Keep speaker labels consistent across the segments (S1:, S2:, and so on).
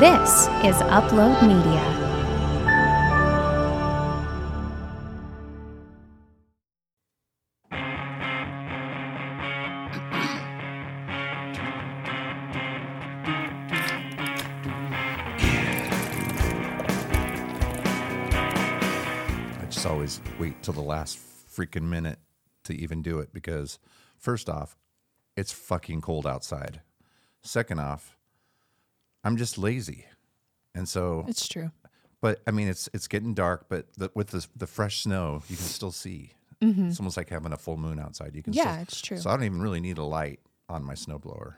S1: This is Upload Media.
S2: I just always wait till the last freaking minute to even do it because, first off, it's fucking cold outside. Second off, I'm just lazy, and so.
S3: It's true.
S2: But I mean, it's it's getting dark, but the, with the the fresh snow, you can still see. It's almost like having a full moon outside. You can.
S3: Mm-hmm. Yeah,
S2: still,
S3: it's true.
S2: So I don't even really need a light on my snowblower.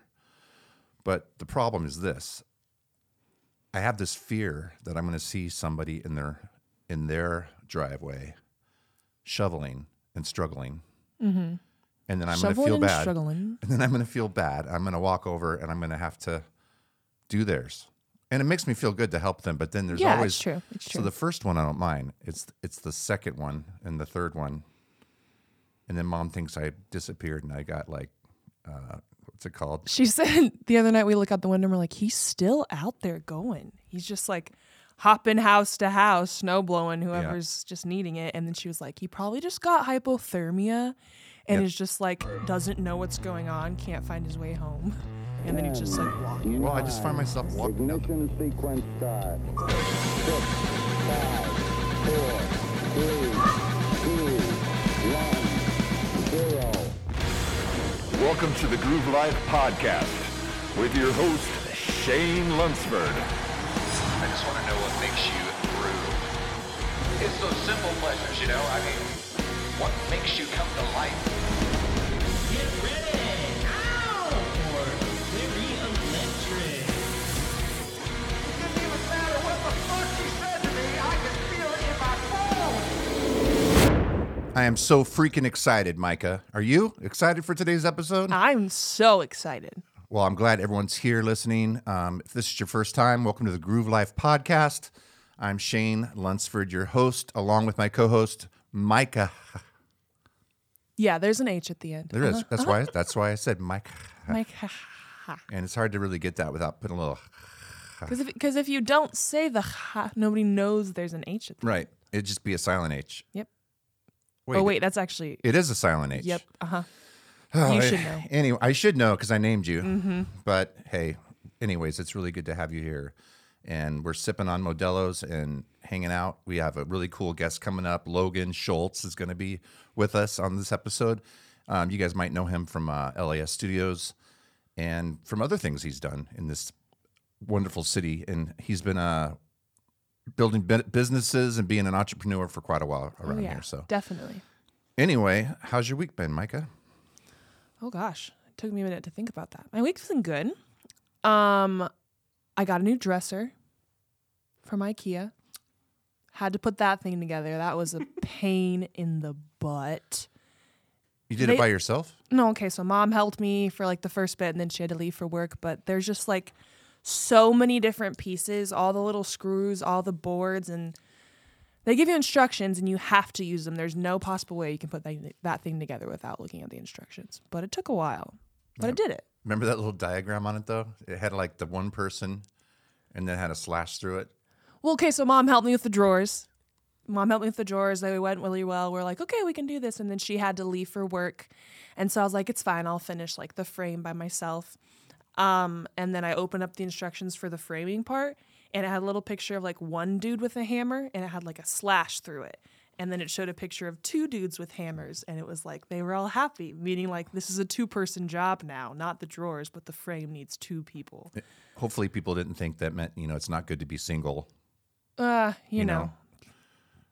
S2: But the problem is this: I have this fear that I'm going to see somebody in their in their driveway shoveling and struggling, and then I'm going to
S3: Mm-hmm. Shoveling
S2: feel
S3: and
S2: bad.
S3: struggling.
S2: And then I'm going to feel bad. I'm going to walk over and I'm going to have to do theirs. And it makes me feel good to help them. But then there's
S3: Yeah, it's
S2: always
S3: true. It's
S2: So
S3: true.
S2: the first one I don't mind. It's it's the second one and the third one. And then mom thinks I disappeared and I got like, uh, what's it called?
S3: She said the other night we look out the window and we're like, he's still out there going. He's just like hopping house to house, snow blowing, whoever's just needing it. And then she was like, he probably just got hypothermia and is just like, doesn't know what's going on, can't find his way home. And then he's just like walking.
S2: Well, I just find myself walking.
S4: Ignition sequence start. Six, five, four, three, two, one, zero.
S5: Welcome to the Groove Life Podcast with your host, Shane Lunsford.
S6: I just want to know what makes you groove. It's those simple pleasures, you know. I mean, what makes you come to life?
S7: Get ready! Ow! For very electric.
S6: It didn't even matter what the fuck she said to me. I could feel it in my bones.
S2: I am so freaking excited, Micah. Are you excited for today's episode?
S3: I'm so excited.
S2: Well, I'm glad everyone's here listening. Um, if this is your first time, welcome to the Groove Life Podcast. I'm Shane Lunsford, your host, along with my co-host Micah.
S3: Yeah, there's an H at the end.
S2: There is. That's why.
S3: Uh-huh.
S2: That's why I said Micah.
S3: Like,
S2: And it's hard to really get that without putting a little Ah.
S3: because if, 'cause if you don't say the ha, nobody knows there's an H at the
S2: right. It'd just be a silent H.
S3: Yep.
S2: Wait,
S3: oh, wait, that's actually.
S2: It is a silent H.
S3: Yep. Uh huh.
S2: Oh,
S3: You
S2: I-
S3: should know. Mm-hmm.
S2: Anyway, I should know because I named you. But hey, anyways, it's really good to have you here. And we're sipping on Modelo's and hanging out. We have a really cool guest coming up. Logan Schultz is going to be with us on this episode. Um, you guys might know him from uh, LAS Studios and from other things he's done in this wonderful city. And he's been uh, building bu- businesses and being an entrepreneur for quite a while around
S3: Oh, yeah,
S2: here. So,
S3: definitely.
S2: anyway, how's your week been, Micah?
S3: Oh gosh, it took me a minute to think about that. My week's been good. Um, I got a new dresser from IKEA. Had to put that thing together. That was a pain in the butt.
S2: You did
S3: They-
S2: it by yourself?
S3: No, okay, so mom helped me for like the first bit and then she had to leave for work, but there's just like so many different pieces, all the little screws, all the boards and they give you instructions and you have to use them. There's no possible way you can put that, that thing together without looking at the instructions. But it took a while. But I did it.
S2: Remember that little diagram on it though? It had like the one person and then had a slash through it.
S3: Well, okay, so mom helped me with the drawers. Mom helped me with the drawers. They went really well. We're like, okay, we can do this. And then she had to leave for work. And so I was like, it's fine. I'll finish like the frame by myself. Um, and then I opened up the instructions for the framing part. And it had a little picture of like one dude with a hammer and it had like a slash through it. And then it showed a picture of two dudes with hammers. And it was like, they were all happy, meaning like this is a two person job now, not the drawers, but the frame needs two people.
S2: Hopefully people didn't think that meant, you know, it's not good to be single.
S3: Uh, you, know, Um,
S2: know.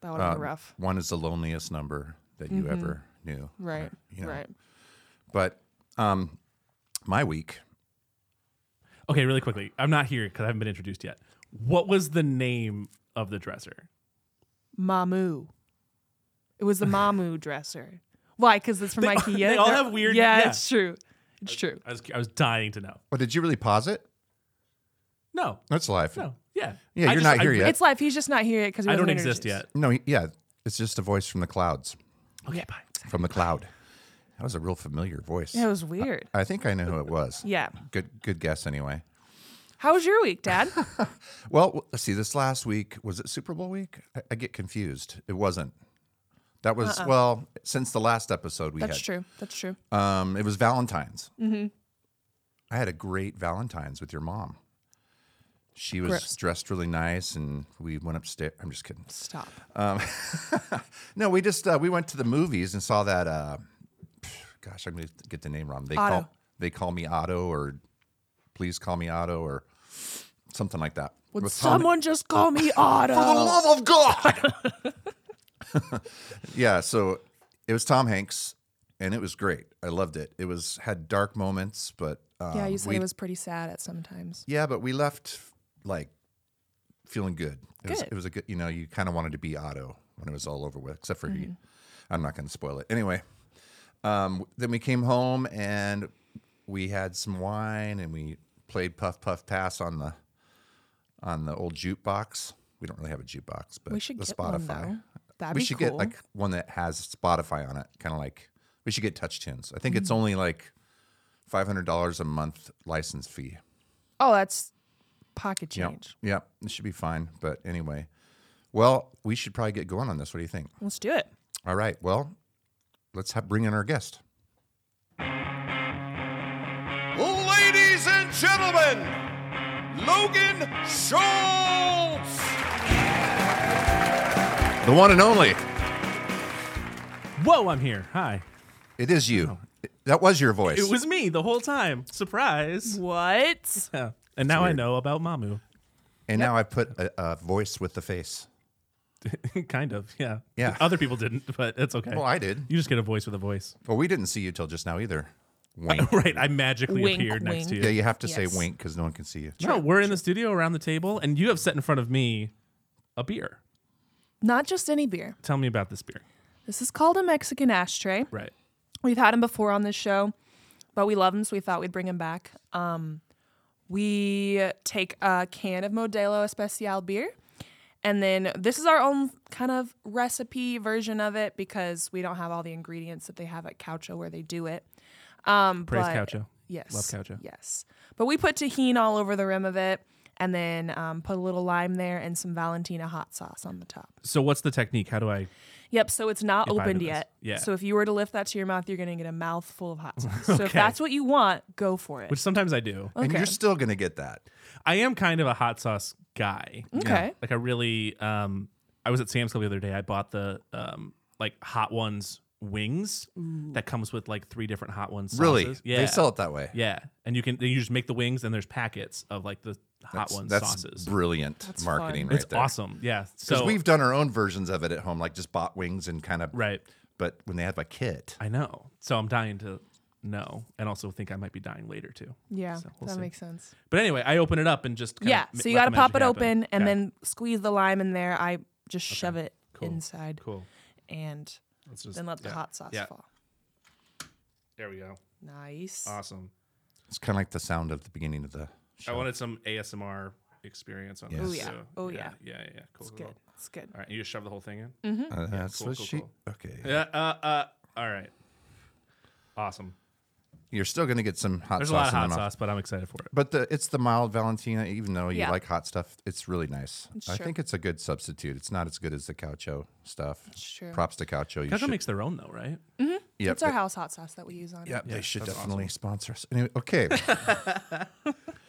S3: that would have been rough.
S2: Um,
S3: Mm-hmm.
S2: One is the loneliest number that you ever knew.
S3: Right.
S2: You know.
S3: Right.
S2: But um my week,
S8: Okay, really quickly. I'm not here because I haven't been introduced yet. What was the name of the dresser?
S3: Mamu. It was the Mamu dresser. Why? Because it's from IKEA.
S8: they all
S3: They're-
S8: have weird-
S3: Yeah,
S8: yeah.
S3: it's true. It's true.
S8: I was I was dying to know.
S2: but oh, did you really pause it?
S8: No,
S2: That's life.
S8: no, yeah,
S2: Yeah,
S8: I
S2: you're not here
S8: I,
S2: yet.
S3: It's life. He's just not here yet because
S8: I don't exist yet.
S2: No, y- yeah, it's just a voice from the clouds,
S8: Okay, bye.
S2: from the cloud. That was a real familiar voice.
S3: It was weird.
S2: I think I know who it was.
S3: Yeah.
S2: Good good guess anyway.
S3: How was your week, Dad?
S2: Well, w- let's see. This last week was it Super Bowl week? I, I get confused. It wasn't. That was well since the last episode we
S3: Uh-uh. That's
S2: had.
S3: true. That's true.
S2: Um, it was Valentine's. Mm-hmm. I had a great Valentine's with your mom. She was
S3: Gross.
S2: dressed really nice, and we went upstairs. I'm just kidding. Um,
S3: Stop.
S2: No, we just uh, we went to the movies and saw that. Uh, gosh, I'm going to get the name wrong. They
S3: Otto.
S2: call they call me Otto, or please call me Otto, or something like that.
S3: Would
S2: With Tom-
S3: someone just call me
S2: for the
S3: Otto?
S2: love of God. yeah, so it was Tom Hanks, and it was great. I loved it. It was had dark moments, but um,
S3: Yeah, you said
S2: we-
S3: it was pretty sad at sometimes.
S2: Yeah, but we left like feeling good. It was
S3: Good.
S2: it was a good. You know, you kind of wanted to be Otto when it was all over with, except for he.
S3: Mm-hmm.
S2: I'm not going to spoil it anyway. Um, then we came home and we had some wine and we played Puff Puff Pass on the on the old jukebox. We don't really have a jukebox, but
S3: We should
S2: the
S3: get one
S2: Spotify.
S3: though. That'd
S2: we
S3: be
S2: should
S3: cool.
S2: get like one that has Spotify on it, kind of like we should get Touch Tunes. I think it's
S3: Mm-hmm.
S2: only like five hundred dollars a month license fee.
S3: oh, that's pocket
S2: Yeah.
S3: change.
S2: Yeah, it should be fine. But anyway, well, we should probably get going on this. What do you think?
S3: Let's do it.
S2: All right. Well, let's have, bring in our guest.
S5: Ladies and gentlemen, Logan Schultz.
S2: The one and only.
S8: Whoa, I'm here. Hi.
S2: It is you. That was your voice.
S8: It was me the whole time. Surprise.
S3: What?
S8: Yeah. And now I
S2: weird.
S8: know about Mamu.
S2: and now I put a, a voice with the face.
S8: kind of. Yeah.
S2: Yeah.
S8: Other people didn't, but it's okay.
S2: Well, I did.
S8: You just get a voice with a voice.
S2: Well, we didn't see you till just now either. Wink.
S8: Right. I magically
S3: Wink,
S8: appeared next to you.
S2: yeah, you have to say
S3: Yes.
S2: wink because no one can see you.
S8: No, we're in the studio around the table, and you have set in front of me a beer.
S3: Not just any beer.
S8: Tell me about this beer.
S3: This is called a Mexican ashtray.
S8: Right.
S3: We've had him before on this show, but we love him, so we thought we'd bring him back. Um, we take a can of Modelo Especial beer, and then this is our own kind of recipe version of it because we don't have all the ingredients that they have at Caucho where they do it. Um,
S8: Praise
S3: but-
S8: Caucho.
S3: Yes.
S8: Love Caucho.
S3: Yes. But we put tahini all over the rim of it and then um, put a little lime there and some Valentina hot sauce on the top.
S8: So, what's the technique? How do I?
S3: Yep, so it's not
S8: If I
S3: opened
S8: do this.
S3: yet.
S8: Yeah.
S3: So if you were to lift that to your mouth, you're going to get a mouthful of hot sauce. So if
S8: Okay.
S3: that's what you want, go for it.
S8: Which sometimes I do.
S2: And
S3: Okay.
S2: you're still going to get that.
S8: I am kind of a hot sauce guy.
S3: Okay.
S8: Like I really, um, I was at Sam's Club the other day. I bought the um, like hot ones wings that comes with like three different hot ones. Sauces.
S2: Really?
S8: Yeah.
S2: They sell it that way.
S8: Yeah, and you can then you just make the wings, and there's packets of like the hot
S2: That's,
S8: ones
S2: that's
S8: sauces.
S2: brilliant
S3: fun.
S2: marketing right
S8: it's
S2: there.
S8: awesome. Yeah.
S2: Because
S8: So
S2: we've done our own versions of it at home, like just bought wings and kind of.
S8: right.
S2: But when they have a kit,
S8: I know. So I'm dying to know, and also think I might be dying later too.
S3: yeah,
S8: So we'll
S3: that
S8: see.
S3: makes sense.
S8: But anyway, I open it up and just kinda
S3: yeah,
S8: ma-
S3: so you
S8: let
S3: got
S8: the
S3: to pop it
S8: magic happen.
S3: open and
S8: Okay.
S3: then squeeze the lime in there. I just shove it
S8: Cool.
S3: inside
S8: cool.
S3: and
S8: Let's just
S3: then let the
S8: yeah.
S3: hot sauce
S8: Yeah.
S3: fall.
S8: There we go.
S3: Nice.
S8: Awesome.
S2: it's kind of like the sound of the beginning of the show.
S8: I wanted some ASMR experience on
S2: Yes.
S8: this.
S2: Ooh,
S3: Oh, yeah.
S8: so,
S3: Ooh,
S8: yeah.
S3: yeah.
S8: Yeah, yeah, yeah. Cool.
S3: It's
S8: cool,
S3: good. Mm-hmm.
S8: cool.
S3: It's good.
S8: All right, you just shove the whole thing in.
S2: Uh, that's
S8: cool,
S2: what
S8: cool,
S2: she.
S8: cool.
S2: Okay.
S8: Yeah. Uh, uh. All right. Awesome.
S2: You're still gonna get some hot
S8: There's a
S2: sauce
S8: lot of
S2: in
S8: hot
S2: the mouth.
S8: sauce, but I'm excited for it.
S2: But the it's the mild Valentina, even though you
S3: Yeah.
S2: like hot stuff, it's really nice. I
S3: true.
S2: think it's a good substitute. It's not as good as the caucho stuff.
S3: true.
S2: Props to caucho. You
S8: Caucho
S2: should,
S8: makes their own though, right?
S2: yep,
S3: It's our
S2: they-
S3: house hot sauce that we use on it.
S2: Yep, they should
S8: that's
S2: definitely sponsor us. Anyway, okay,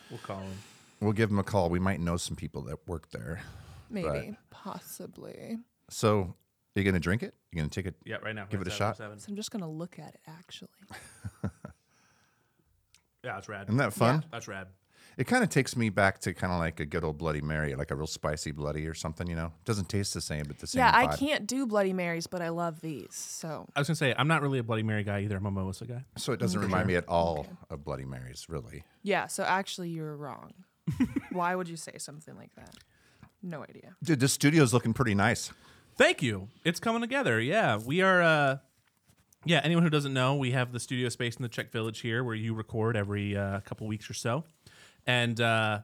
S8: We'll call them.
S2: we'll give them a call. We might know some people that work there.
S3: Maybe.
S2: Right.
S3: Possibly.
S2: So, are you gonna drink it? You gonna take it?
S8: Yeah, right now.
S2: Give it a
S8: Seven,
S2: shot.
S8: seven.
S3: So I'm just going to look at it actually.
S8: Yeah, it's rad.
S2: Isn't that fun?
S8: That's rad.
S2: It kind of takes me back to kind of like a good old Bloody Mary, like a real spicy bloody or something. You know, doesn't taste the same, but the same.
S3: Yeah, I
S2: vibe.
S3: can't do Bloody Marys, but I love these. So
S8: I was gonna say I'm not really a Bloody Mary guy either. I'm a mimosa guy.
S2: So it doesn't remind me at all of Bloody Marys, really.
S3: Yeah, so actually you were wrong. Why would you say something like that? No idea.
S2: Dude, this studio's looking pretty nice.
S8: Thank you. It's coming together. Yeah, we are. uh Yeah, anyone who doesn't know, we have the studio space in the Czech Village here, where you record every uh, couple weeks or so, and uh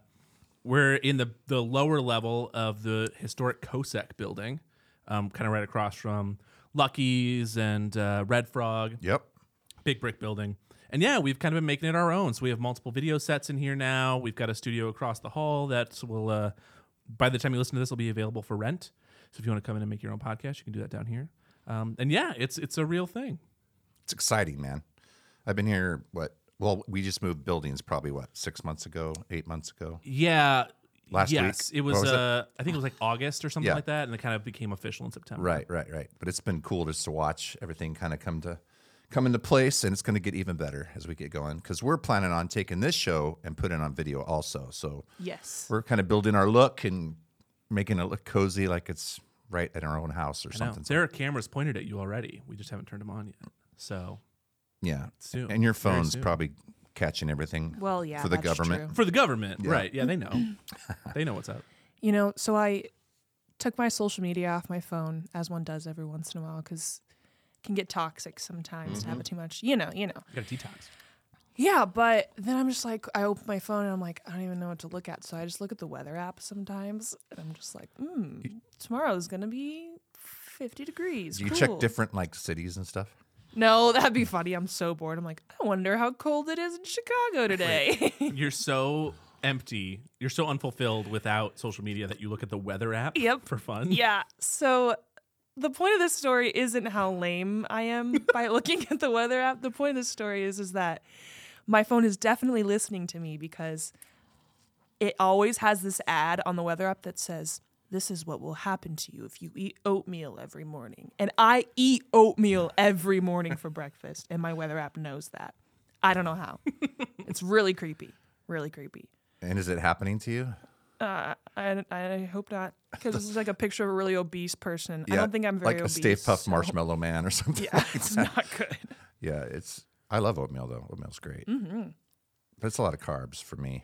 S8: we're in the the lower level of the historic Cosec building, um, kind of right across from Lucky's and uh, Red Frog.
S2: Yep.
S8: big brick building. And yeah, we've kind of been making it our own. So we have multiple video sets in here now. We've got a studio across the hall that will, uh, by the time you listen to this, will be available for rent. So if you want to come in and make your own podcast, you can do that down here. Um, and yeah, it's it's a real thing.
S2: It's exciting, man. I've been here, what? Well, we just moved buildings probably, what, six months ago, eight months ago?
S8: Yeah.
S2: Last week?
S8: yes, it was,
S2: What was it?
S8: uh, I think it was like August or something
S2: Yeah.
S8: like that, and it kind of became official in September.
S2: Right, right, right. But it's been cool just to watch everything kind of come to come into place, and it's going to get even better as we get going because we're planning on taking this show and putting it on video also. So
S3: Yes.
S2: we're kind of building our look and making it look cozy, like it's right at our own house or
S8: I know.
S2: something.
S8: There are cameras pointed at you already. We just haven't turned them on yet. So
S2: yeah,
S8: Soon.
S2: and your
S8: Very
S2: phone's
S8: soon.
S2: probably catching everything.
S3: Well, yeah.
S2: for the
S3: that's
S2: government.
S3: true.
S8: for the government, right? Yeah, they know. they know what's up.
S3: You know, so I took my social media off my phone, as one does every once in a while, because it can get toxic sometimes
S2: Mm-hmm.
S3: to have it too much. You know, you know.
S8: You got a detox.
S3: Yeah, but then I'm just like, I open my phone and I'm like, I don't even know what to look at. So I just look at the weather app sometimes, and I'm just like, hmm, tomorrow's gonna be 50 degrees.
S2: Do you check
S3: cool."
S2: different like cities and stuff?
S3: No, that'd be funny. I'm so bored. I'm like, I wonder how cold it is in Chicago today.
S8: You're so empty. You're so unfulfilled without social media that you look at the weather app.
S3: Yep.
S8: For fun.
S3: yeah. So the point of this story isn't how lame I am by looking at the weather app. The point of this story is is that my phone is definitely listening to me because it always has this ad on the weather app that says this is what will happen to you if you eat oatmeal every morning. And I eat oatmeal every morning for breakfast, and my weather app knows that. I don't know how. it's really creepy. Really creepy.
S2: And is it happening to you?
S3: I, I hope not because this is like a picture of a really obese person. I
S2: Yeah,
S3: don't think I'm very
S2: like
S3: obese.
S2: a Stay Puff Marshmallow Man or something.
S3: Yeah, it's not good.
S2: Yeah, it's. I love oatmeal though. Oatmeal's great. Mm-hmm. But it's a lot of carbs for me.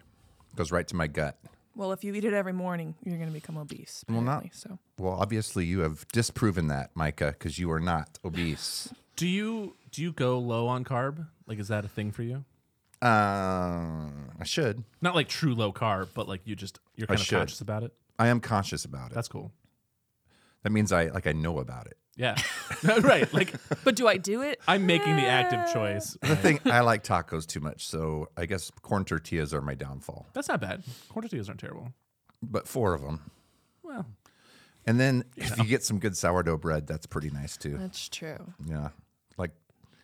S2: Goes right to my gut.
S3: Well, if you eat it every morning, you're going to become obese.
S2: Well, not-
S3: apparently, so.
S2: Well, obviously you have disproven that, Micah, because you are not obese.
S8: Do you do you go low on carb? Like, is that a thing for you?
S2: um, I should.
S8: Not like true low carb, but like you just you're
S2: I
S8: kind of
S2: should.
S8: conscious about it.
S2: I am conscious about it.
S8: That's cool.
S2: that means I like I know about it.
S8: Yeah. right. Like
S3: But do I do it?
S8: I'm making the active choice.
S2: The thing I like tacos too much, so I guess corn tortillas are my downfall.
S8: That's not bad. Tortillas aren't terrible.
S2: But four of them,
S8: Well,
S2: and then if you get some good sourdough bread, that's pretty nice too.
S3: That's true.
S2: Yeah, like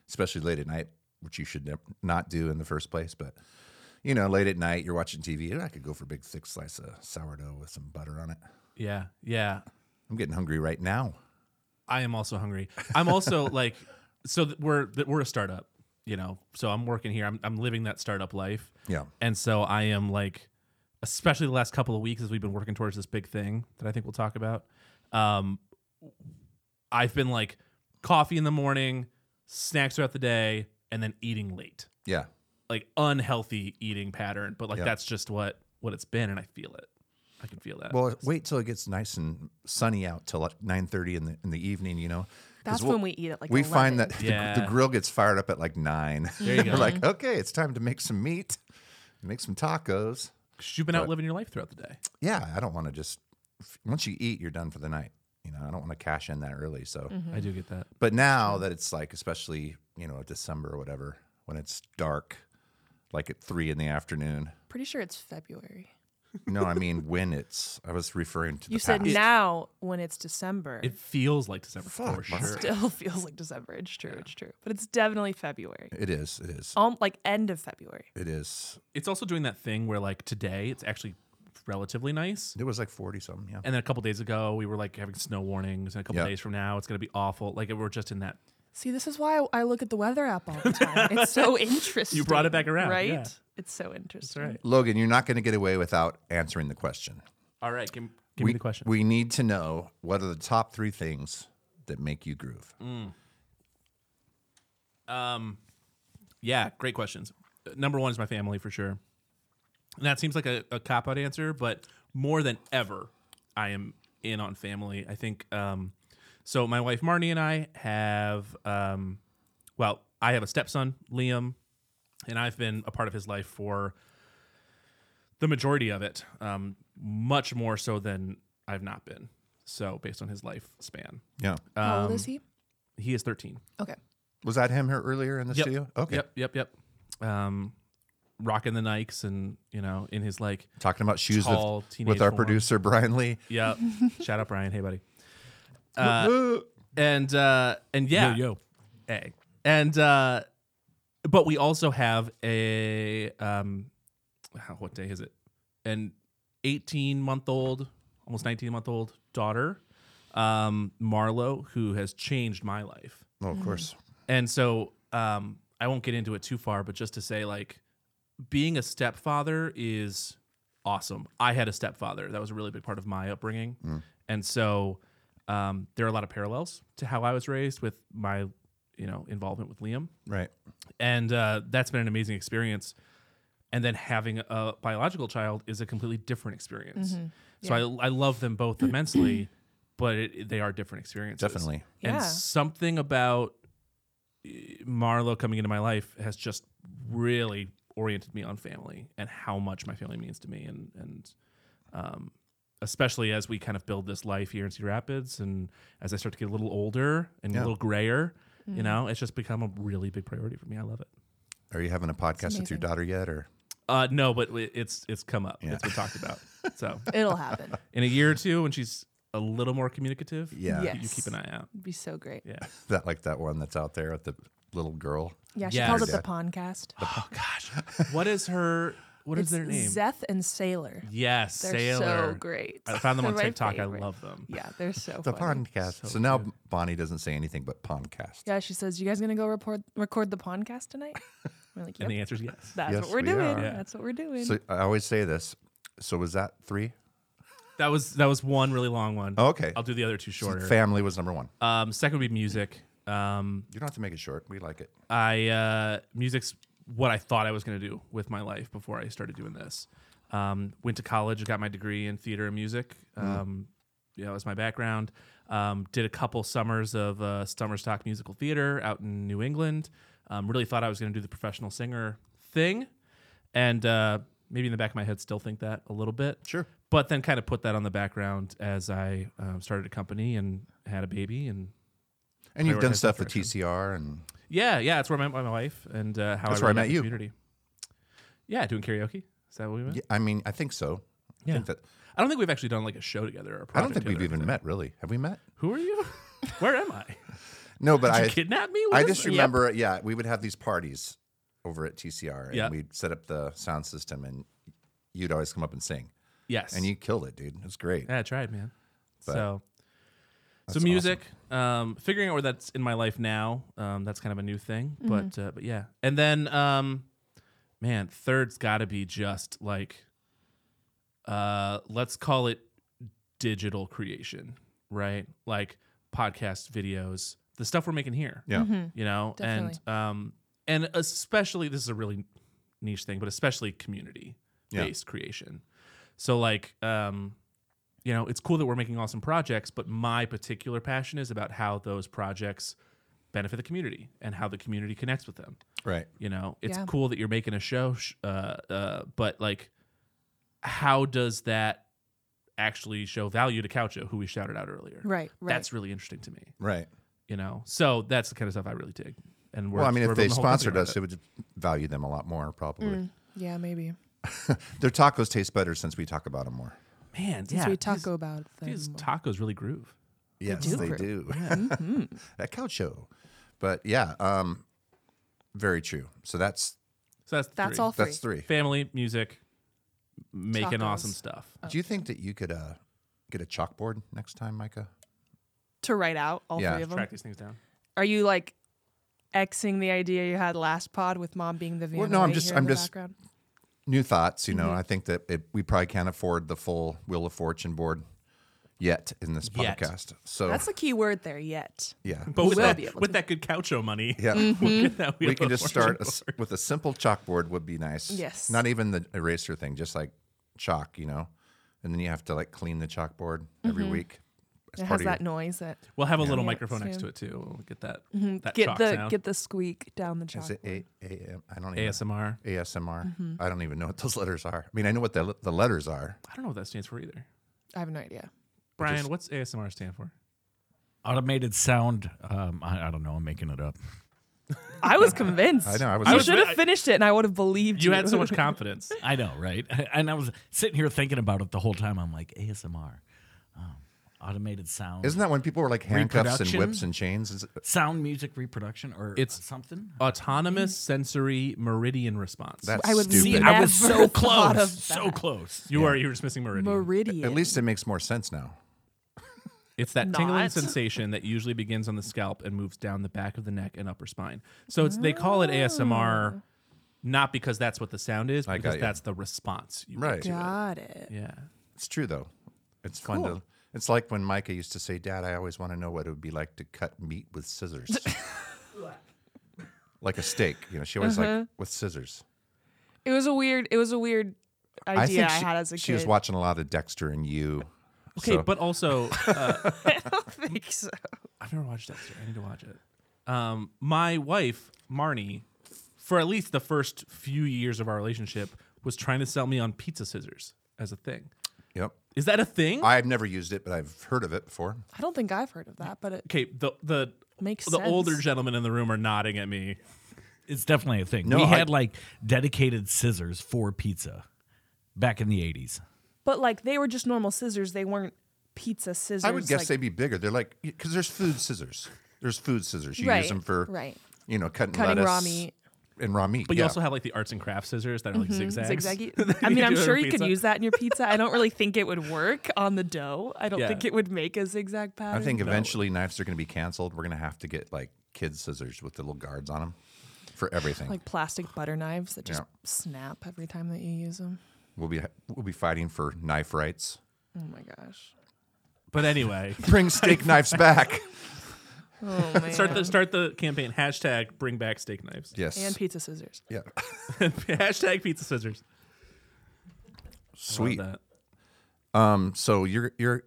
S2: especially late at night, which you should nev- not do in the first place. But you know, late at night, you're watching TV, and I could go for a big thick slice of sourdough with some butter on it.
S8: yeah, yeah.
S2: I'm getting hungry right now.
S8: I am also hungry. I'm also like, so th- we're th- we're a startup, you know. So I'm working here. I'm I'm living that startup life.
S2: Yeah.
S8: And so I am like, especially the last couple of weeks as we've been working towards this big thing that I think we'll talk about. Um, I've been like coffee in the morning, snacks throughout the day, and then eating late,
S2: Yeah,
S8: like unhealthy eating pattern. But like
S2: Yeah.
S8: that's just what what it's been, and I feel it. I can feel that.
S2: Well, wait till it gets nice and sunny out till like nine thirty in the in the evening. You know, 'Cause
S3: That's
S2: we'll-
S3: when we eat it. Like
S2: we find
S3: 11.
S2: that the,
S8: Yeah.
S2: the grill gets fired up at like nine.
S8: There you
S2: We're
S8: go.
S2: like, okay, it's time to make some meat, make some tacos.
S8: 'Cause you've been out living your life throughout the day.
S2: Yeah, I don't want to just once you eat, you're done for the night. You know, I don't want to cash in that early. So,
S8: I do get that.
S2: but now that it's like, especially you know December or whatever, when it's dark, like at three in the afternoon.
S3: Pretty sure it's February.
S2: No, I mean when it's. I was referring to
S3: You
S2: the
S3: said
S2: past.
S3: now when it's December.
S8: It feels like December for
S2: Fuck,
S8: sure.
S3: still feels like December. It's true. It's true. But it's definitely February.
S2: It is. It
S8: Oh.
S2: is.
S3: Um, like end of February.
S2: It is.
S8: It's also doing that thing where like today it's actually relatively nice.
S2: It was like forty something. Yeah.
S8: And then a couple days ago we were like having snow warnings and a couple
S2: Yeah.
S8: days from now it's going to be awful. Like we're just in that.
S3: See, this is why I look at the weather app all the time. It's so interesting.
S8: it back around,
S3: right?
S8: yeah.
S3: It's so interesting.
S8: right.
S2: Logan, you're not going to get away without answering the question.
S8: All right, give, give
S2: we,
S8: me the question.
S2: We need to know what are the top three things that make you groove.
S8: Mm. Um, yeah, great questions. Uh, Number one is my family for sure. And that seems like a, a cop out answer, but more than ever, I am in on family. I think um, so. My wife Marnie and I have, um, well, I have a stepson, Liam, and I've been a part of his life for the majority of it, um, much more so than I've not been. So, based on his lifespan,
S2: Yeah.
S8: Uh,
S2: Um,
S3: How old is he?
S8: he is 13.
S3: Okay.
S2: Was that him here earlier in the
S8: Yep.
S2: studio? Okay.
S8: Yep. Yep. Yep. um, rocking the Nikes and you know in his like
S2: Talking about shoes
S8: Tall
S2: with,
S8: teenage
S2: with our
S8: form.
S2: producer Brian Lee.
S8: yeah. Shout out Brian. Hey buddy. Uh, and uh, and yeah,
S9: Yo, yo.
S8: Hey. And uh but we also have a um wow, what day is it? An 18 month old, almost 19 month old daughter, um Marlo who has changed my life.
S2: Oh, of course.
S8: And so um I won't get into it too far, but just to say like being a stepfather is awesome. I had a stepfather. That was a really big part of my upbringing. And so um, there are a lot of parallels to how I was raised with my, you know, involvement with Liam.
S2: Right.
S8: And uh, that's been an amazing experience. And then having a biological child is a completely different experience. So I, I love them both immensely, but it, they are different experiences.
S2: Definitely.
S3: Yeah.
S8: And something about eh, Marlo coming into my life has just really oriented me on family and how much my family means to me, and and um, especially as we kind of build this life here in Cedar Rapids, and as I start to get a little older and a
S2: Yeah.
S8: little grayer, you
S3: Mm.
S8: know, it's just become a really big priority for me. I love it.
S2: Are you having a podcast with your daughter yet, or
S8: Uh, no, but it- it's it's come up. It's been talked about. So
S3: It'll happen.
S8: in a year or two, when she's a little more communicative,
S2: yeah,
S3: Yes.
S8: you keep an eye out.
S3: It'd be so great.
S8: Yeah.
S2: that like that one that's out there with the little girl?
S3: Yeah, she
S8: Yeah.
S3: calls it
S2: Yeah.
S3: the podcast.
S8: Oh gosh, what is her? What is
S3: it's
S8: their name?
S3: Zeth and Sailor.
S8: Yes,
S3: They're
S8: Sailor.
S3: so great.
S8: I found them
S3: They're
S8: on
S3: my
S8: TikTok. I
S3: favorite.
S8: love them.
S3: Yeah, they're so
S2: The
S3: funny.
S2: podcast. So, now Bonnie doesn't say anything but podcast.
S3: Yeah, she says, "You guys gonna go record record the podcast tonight?" We're like,
S8: And the
S3: "Yep,
S8: answer is yes.
S3: that's
S2: Yes,
S3: what we're
S2: we
S3: doing.
S2: are.
S8: Yeah.
S3: That's what we're doing."
S2: So I always say this. So was that three?
S8: That was that was one really long one.
S2: Oh, okay.
S8: I'll do the other two
S2: So
S8: shorter.
S2: Family was number one.
S8: um, second would be music. Um,
S2: You don't have to make it short. We like it.
S8: I uh, music's what I thought I was going to do with my life before I started doing this. Um, went to college, got my degree in theater and music. Um, Yeah, that was my background. Um, did a couple summers of uh, summer stock musical theater out in New England. Um, really thought I was going to do the professional singer thing, and uh, maybe in the back of my head still think that a little bit.
S2: Sure.
S8: But then kind of put that on the background as I um, started a company and had a baby and
S2: And you've
S8: Prioritize
S2: done
S8: that
S2: stuff with
S8: direction.
S2: TCR and
S8: yeah, yeah, that's where I met my wife and uh, how
S2: That's
S8: I,
S2: where I met
S8: really met the
S2: you.
S8: Community. Yeah, doing karaoke. Is that what we met?
S2: yeah, I mean, I think so. I think that
S8: I don't think we've actually done like a show together. Or a
S2: I don't think
S8: project
S2: we've
S8: together.
S2: even met really. Have we met?
S8: Who are you? Where am I?
S2: No, but
S8: Did
S2: I
S8: you kidnap me? What
S2: I
S8: is
S2: just
S8: this?
S2: remember, yeah, we would have these parties over at TCR, and
S8: Yeah.
S2: we'd set up the sound system, and you'd always come up and sing,
S8: Yes.
S2: and you killed it, dude. It was great.
S8: Yeah, I tried, man. so, so
S2: awesome.
S8: music. Um, figuring out where that's in my life now. Um, that's kind of a new thing, but uh, but yeah. And then, um, man, third's got to be just like, uh, let's call it digital creation, right? Like podcast videos, the stuff we're making here.
S2: Yeah,
S8: You know,
S3: Definitely.
S8: and um, and especially this is a really niche thing, but especially community
S2: Yeah.
S8: based creation. So like, um, you know, it's cool that we're making awesome projects, but my particular passion is about how those projects benefit the community and how the community connects with them.
S2: right.
S8: You know, it's
S3: Yeah.
S8: cool that you're making a show, sh- uh, uh, but like, how does that actually show value to Coucho, who we shouted out earlier?
S3: right, right.
S8: That's really interesting to me.
S2: Right.
S8: You know, so that's the kind of stuff I really dig. And we're,
S2: well, I mean,
S8: we're
S2: if they
S8: building a whole company
S2: sponsored
S8: around
S2: us, it would value them a lot more, probably.
S3: Mm. yeah, maybe.
S2: Their tacos taste better since we talk about them more.
S8: man,
S3: Since
S8: yeah,
S3: we taco about
S8: these,
S3: things.
S8: these tacos really groove.
S2: Yes,
S3: do
S2: they
S3: grow.
S2: do.
S8: mm-hmm.
S2: At Couch Show. But yeah, um, very true. So that's
S8: So that's
S3: That's
S8: three.
S3: all
S2: that's
S3: free.
S2: three.
S8: Family music, making
S3: Tacos.
S8: awesome stuff.
S2: Do you think that you could uh, get a chalkboard next time, Micah?
S3: to write out all
S2: Yeah.
S3: three of them.
S8: Track these things down.
S3: Are you like Xing the idea you had last pod with mom being the Vienna
S2: no, I'm
S3: right
S2: just-
S3: here in
S2: I'm
S3: the
S2: just-
S3: background?
S2: New thoughts. You know, I think that it, we probably can't afford the full Wheel of Fortune board yet in this
S8: Yet.
S2: podcast.
S8: Oh.
S2: So
S3: That's the key word there. Yet
S2: yeah,
S8: But with
S3: will
S8: that,
S3: be able
S8: with
S3: to.
S8: that good coucho money,
S2: yeah.
S8: we'll get that Wheel
S2: We can
S8: of
S2: just
S8: Fortune
S2: start a
S8: board.
S2: s with a simple chalkboard would be nice.
S3: Yes.
S2: Not even the eraser thing, just like chalk, you know. And then you have to like clean the chalkboard every week. as
S3: it
S2: part
S3: has
S2: of your-
S3: that noise that
S8: We'll have a little
S3: Yeah.
S8: microphone next
S3: Soon.
S8: to it too. We'll Mm-hmm. get that that
S3: get
S8: chalk
S3: the
S8: sound.
S3: get the squeak down the
S2: Is it
S3: chalkboard.
S2: A- AM? I don't even
S8: ASMR.
S2: ASMR. I don't even know what those letters are. I mean, I know what the, le- the letters are.
S8: I don't know what that stands for either.
S3: I have no idea.
S8: Brian, what's ASMR stand for?
S9: Automated sound. Um, I, I don't know. I'm making it up.
S3: I was convinced.
S2: I know, I was- I
S3: you
S2: was-
S3: should have finished it, and I would have believed you.
S8: You had so much confidence.
S9: I know, right? And I was sitting here thinking about it the whole time. I'm like ASMR, um, automated sound,
S2: Isn't that when people were like handcuffs and
S9: Reproduction?
S2: whips and chains? Is-
S9: sound music reproduction or
S8: It's-
S9: it's something.
S8: Autonomous sensory meridian response.
S2: That's
S3: I would
S2: stupid.
S9: See, I was
S3: Never
S9: so
S3: thought
S9: close,
S3: of
S9: so close.
S8: you are you were just missing meridian.
S3: meridian.
S2: At least it makes more sense now.
S8: It's that tingling
S3: Not.
S8: sensation that usually begins on the scalp and moves down the back of the neck and upper spine. So it's they call it ASMR, not because that's what the sound is,
S2: I
S8: but
S2: got
S8: because
S2: you.
S8: that's the response. You
S2: Right.
S8: get to it.
S3: got it.
S8: Yeah.
S2: It's true though. It's fun to. It's like when Micah used to say, "Dad, I always want to know what it would be like to cut meat with scissors." like a steak, you know. She always
S3: Uh-huh.
S2: like with scissors.
S3: It was a weird. It was a weird idea I,
S2: she,
S3: had as a
S2: she
S3: kid.
S2: was watching a lot of Dexter and You.
S8: Okay,
S2: so-
S8: but also uh,
S3: I think so.
S8: I've never watched Dexter. I need to watch it. Um, my wife Marnie, for at least the first few years of our relationship, was trying to sell me on pizza scissors as a thing.
S2: Yep.
S8: Is that a thing?
S2: I've never used it, but I've heard of it before.
S3: I don't think I've heard of that, but it
S8: okay, the the
S3: makes
S8: the
S3: sense.
S8: older gentlemen in the room are nodding at me.
S9: It's definitely a thing.
S2: No,
S9: we
S2: I-
S9: had like dedicated scissors for pizza back in the 80s.
S3: but like they were just normal scissors. They weren't pizza scissors.
S2: I would guess
S3: like-
S2: they'd be bigger. They're like because there's food scissors. There's food scissors. You use
S3: Right,
S2: them for
S3: right.
S2: You know, cutting,
S3: Cutting
S2: lettuce
S3: raw meat.
S2: and raw meat.
S8: But
S2: yeah.
S8: you also have like the arts and crafts scissors that are like zigzags.
S3: zigzaggy.
S8: that
S3: I
S8: you
S3: mean, I'm
S8: do on
S3: sure
S8: a
S3: you could
S8: pizza.
S3: use that in your pizza. I don't really think it would work on the dough. I don't
S8: Yeah.
S3: think it would make a zigzag pattern.
S2: I think eventually knives are going to be canceled. We're going to have to get like kids scissors with the little guards on them for everything.
S3: like plastic butter knives that just
S2: Yeah.
S3: snap every time that you use them.
S2: we'll be we'll be fighting for knife rights.
S3: Oh my gosh.
S8: But anyway,
S2: Bring steak knives back.
S3: Oh man.
S8: start the start the campaign hashtag Bring Back Steak Knives.
S2: Yes.
S3: and pizza scissors.
S2: yeah.
S8: hashtag Pizza Scissors. Love
S2: Sweet.
S8: that.
S2: Um, So you're you're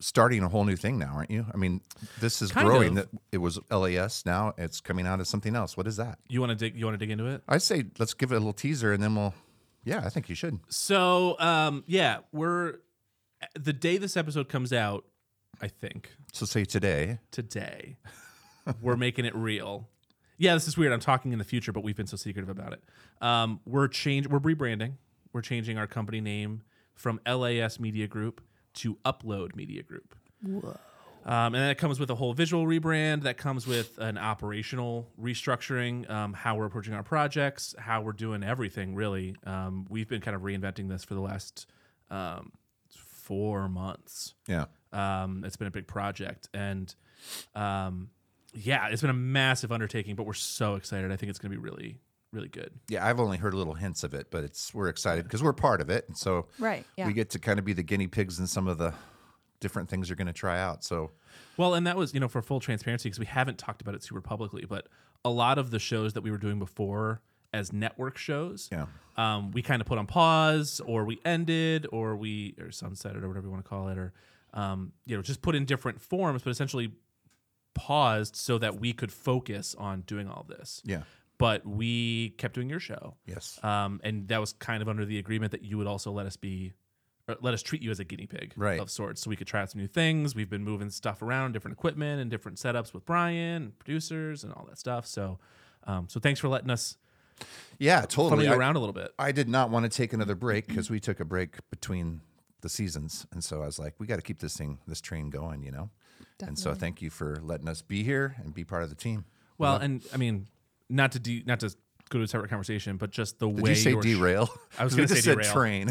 S2: starting a whole new thing now, aren't you? I mean, this is
S8: Kind
S2: growing.
S8: of.
S2: That It was LAS. Now it's coming out as something else. What is that?
S8: You want to dig? You want to dig into it?
S2: I say let's give it a little teaser and then we'll. Yeah, I think you should.
S8: So, um, yeah, we're the day this episode comes out. I think
S2: So say today.
S8: today we're making it real. Yeah, this is weird. I'm talking in the future, but we've been so secretive about it. Um, we're change. We're rebranding. We're changing our company name from LAS Media Group to Upload Media Group. Um, and that comes with a whole visual rebrand. That comes with an operational restructuring, um, how we're approaching our projects, how we're doing everything, really. Um, we've been kind of reinventing this for the last um, four months.
S2: Yeah.
S8: Um, it's been a big project, and um, yeah, it's been a massive undertaking. But we're so excited. I think it's going to be really, really good.
S2: Yeah, I've only heard little hints of it, but it's we're excited because we're part of it, and so
S3: Right, yeah.
S2: we get to kind of be the guinea pigs in some of the different things you're going to try out. So
S8: Well, and that was, you know, for full transparency, because we haven't talked about it super publicly, but a lot of the shows that we were doing before as network shows,
S2: Yeah.
S8: um, we kind of put on pause or we ended or we, or sunsetted or whatever you want to call it, or, um, you know, just put in different forms, but essentially paused so that we could focus on doing all this.
S2: yeah,
S8: But we kept doing your show.
S2: yes,
S8: Um, and that was kind of under the agreement that you would also let us be, or let us treat you as a guinea pig
S2: Right.
S8: of sorts. So we could try out some new things. We've been moving stuff around, different equipment and different setups with Brian, and producers, and all that stuff. So, um, so thanks for letting us
S2: yeah,
S8: follow
S2: totally.
S8: you
S2: I,
S8: around a little bit.
S2: I did not want to take another break because we took a break between the seasons, and so I was like, we got to keep this thing, this train going, you know. And so thank you for letting us be here and be part of the team.
S8: Well, and I mean, not to de- not to go to a separate conversation, but just the
S2: Did
S8: way
S2: you say
S8: your sh-
S2: derail?
S8: I
S2: 'Cause
S8: was gonna
S2: we just
S8: say
S2: said
S8: derail. Uh,
S2: train.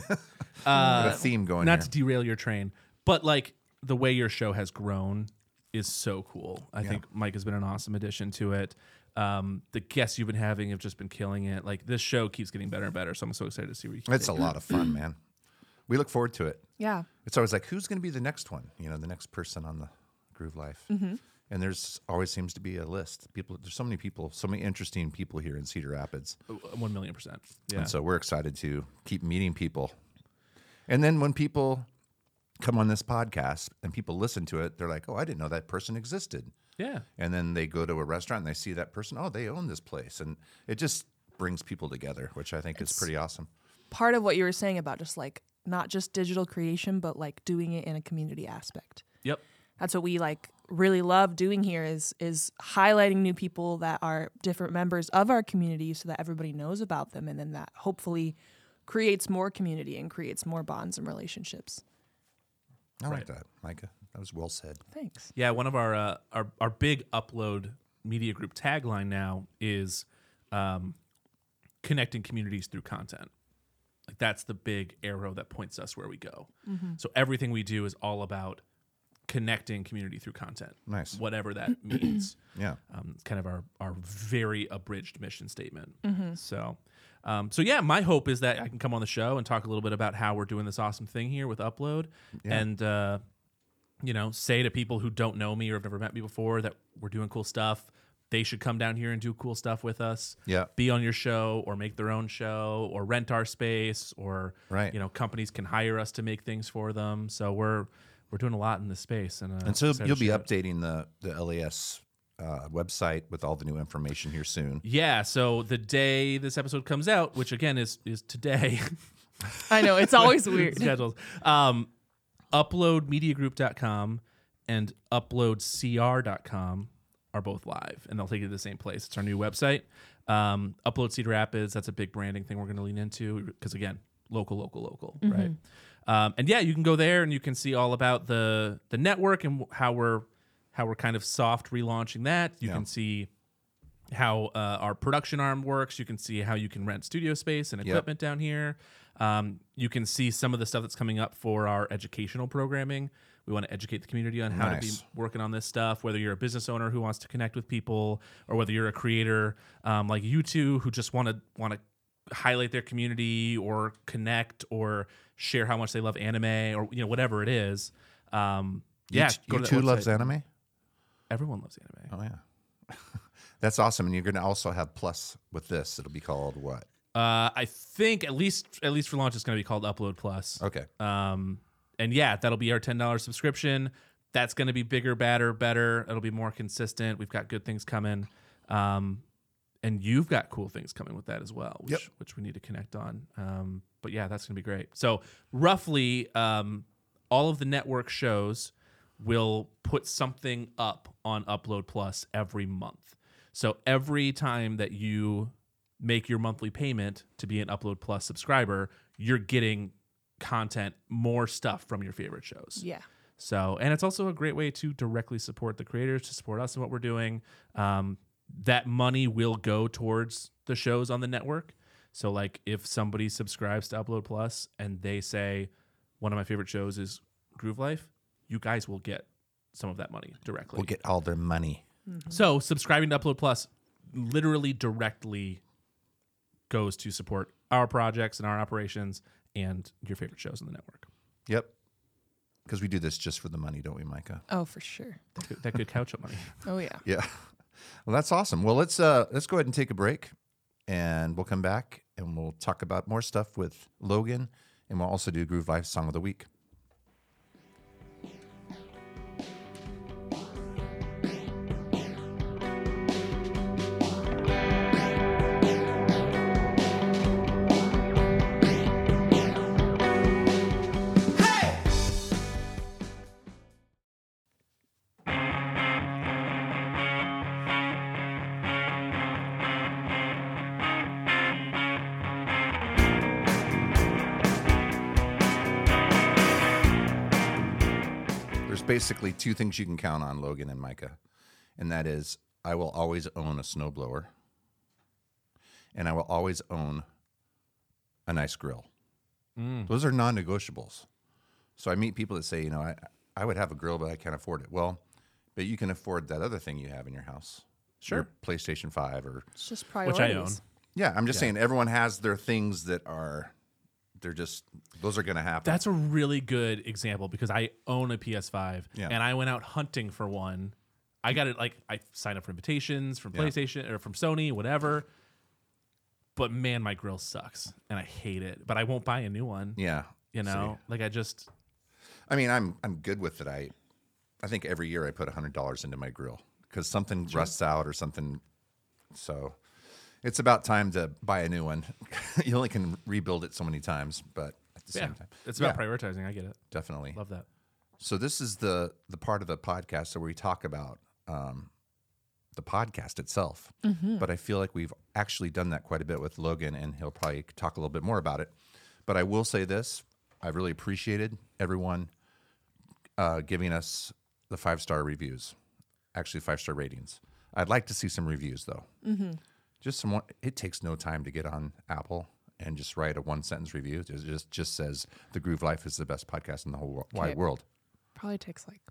S2: Got a theme going.
S8: not
S2: here.
S8: to derail your train, but like the way your show has grown is so cool. I think Mike has been an awesome addition to it. Um, the guests you've been having have just been killing it. Like this show keeps getting better and better. So I'm so excited to see where you. Can
S2: it's a lot of fun, man. We look forward to it.
S3: Yeah.
S2: it's always like who's going to be the next one you know the next person on the groove life and there's always seems to be a list people there's so many people so many interesting people here in cedar rapids
S8: take- Uh, one million percent. Yeah.
S2: and so we're excited to keep meeting people and then when people come on this podcast and people listen to it they're like oh i didn't know that person existed
S8: yeah.
S2: and then they go to a restaurant and they see that person oh they own this place and it just brings people together which i think is pretty awesome
S3: Part of what you were saying about just like not just digital creation, but like doing it in a community aspect.
S8: Yep.
S3: That's what we like really love doing here is is highlighting new people that are different members of our community so that everybody knows about them and then that hopefully creates more community and creates more bonds and relationships.
S2: I like that, Micah. That was well said.
S3: Thanks.
S8: Yeah, one of our uh, our our big upload media group tagline now is um, connecting communities through content. Like that's the big arrow that points us where we go. So everything we do is all about connecting community through content.
S2: Nice.
S8: whatever that means.
S2: Yeah.
S8: um, it's kind of our our very abridged mission statement. So, um, so yeah, my hope is that I can come on the show and talk a little bit about how we're doing this awesome thing here with Upload, and uh, you know, say to people who don't know me or have never met me before that we're doing cool stuff. They should come down here and do cool stuff with us.
S2: Yeah.
S8: be on your show or make their own show or rent our space or
S2: Right.
S8: You know, companies can hire us to make things for them. So we're we're doing a lot in this space, and, uh,
S2: And so
S8: excited to
S2: you'll be
S8: share it.
S2: updating the the LAS uh, website with all the new information here soon.
S8: Yeah, so the day this episode comes out, which again is is today,
S3: I know it's always weird.
S8: schedules. Um uploadmediagroup.com and uploadcr.com are both live and they'll take you to the same place. It's our new website. Um, upload Cedar Rapids, that's a big branding thing we're going to lean into because again, local local local,
S3: Mm-hmm.
S8: right? Um, and yeah, you can go there and you can see all about the the network and how we're how we're kind of soft relaunching that. You can see how uh, our production arm works. You can see how you can rent studio space and equipment down here. Um, you can see some of the stuff that's coming up for our educational programming. We want to educate the community on how
S2: Nice.
S8: to be working on this stuff, whether you're a business owner who wants to connect with people or whether you're a creator um, like you two who just want to want to highlight their community or connect or share how much they love anime or you know whatever it is. Um,
S2: You
S8: yeah,
S2: t-
S8: go
S2: you
S8: to that
S2: too loves
S8: website.
S2: anime.
S8: Everyone loves anime.
S2: Oh yeah, that's awesome. And you're going to also have plus with this. It'll be called what?
S8: Uh, I think at least at least for launch, it's going to be called Upload Plus.
S2: Okay.
S8: Um, and yeah, that'll be our ten dollars subscription. That's going to be bigger, badder, better. It'll be more consistent. We've got good things coming, um, and you've got cool things coming with that as well, which
S2: Yep.
S8: which we need to connect on. Um, but yeah, that's going to be great. So roughly, um, all of the network shows will put something up on Upload Plus every month. So every time that you make your monthly payment to be an Upload Plus subscriber, you're getting content, more stuff from your favorite shows.
S3: Yeah.
S8: So, and it's also a great way to directly support the creators, to support us and what we're doing. Um, that money will go towards the shows on the network. So, like, if somebody subscribes to Upload Plus and they say, one of my favorite shows is Groove Life, you guys will get some of that money directly. Mm-hmm.
S2: We'll get all their money.
S8: So, subscribing to Upload Plus literally directly goes to support our projects and our operations and your favorite shows on the network.
S2: Yep. Because we do this just for the money, don't we, Micah?
S8: Uh.
S3: Oh, for sure.
S8: That good, that good couch up money.
S3: Oh yeah.
S2: Yeah. Well, that's awesome. Well, let's uh let's go ahead and take a break, and we'll come back and we'll talk about more stuff with Logan, and we'll also do Groove Life Song of the Week. There's basically two things you can count on, Logan and Micah, and that is I will always own a snowblower, and I will always own a nice grill. Those are non-negotiables. So I meet people that say, you know, I I would have a grill, but I can't afford it. Well, but you can afford that other thing you have in your house. Your PlayStation Five or
S3: It's just
S8: Which
S3: priorities.
S8: I own.
S2: yeah. I'm just saying, everyone has their things that are they're just those are going to happen.
S8: That's a really good example because I own a PS5
S2: Yeah.
S8: and I went out hunting for one. I got it like I signed up for invitations from PlayStation or from Sony, whatever. But man, my grill sucks and I hate it. But I won't buy a new one.
S2: yeah.
S8: You know, like I just
S2: I mean, I'm I'm good with it. I I think every year I put hundred dollars into my grill because something rusts out or something. So it's about time to buy a new one. you only can rebuild it so many times, but at the
S8: yeah,
S2: same time,
S8: it's about
S2: Yeah,
S8: prioritizing. I get it.
S2: definitely.
S8: Love that.
S2: So this is the the part of the podcast where we talk about um, the podcast itself. But I feel like we've actually done that quite a bit with Logan, and he'll probably talk a little bit more about it. But I will say this: I really appreciated everyone uh, giving us the five star reviews, actually five star ratings. I'd like to see some reviews though. Just some. one- It takes no time to get on Apple and just write a one sentence review. It just just says the Groove Life is the best podcast in the whole wo- wide
S3: Okay.
S2: world.
S3: Probably takes like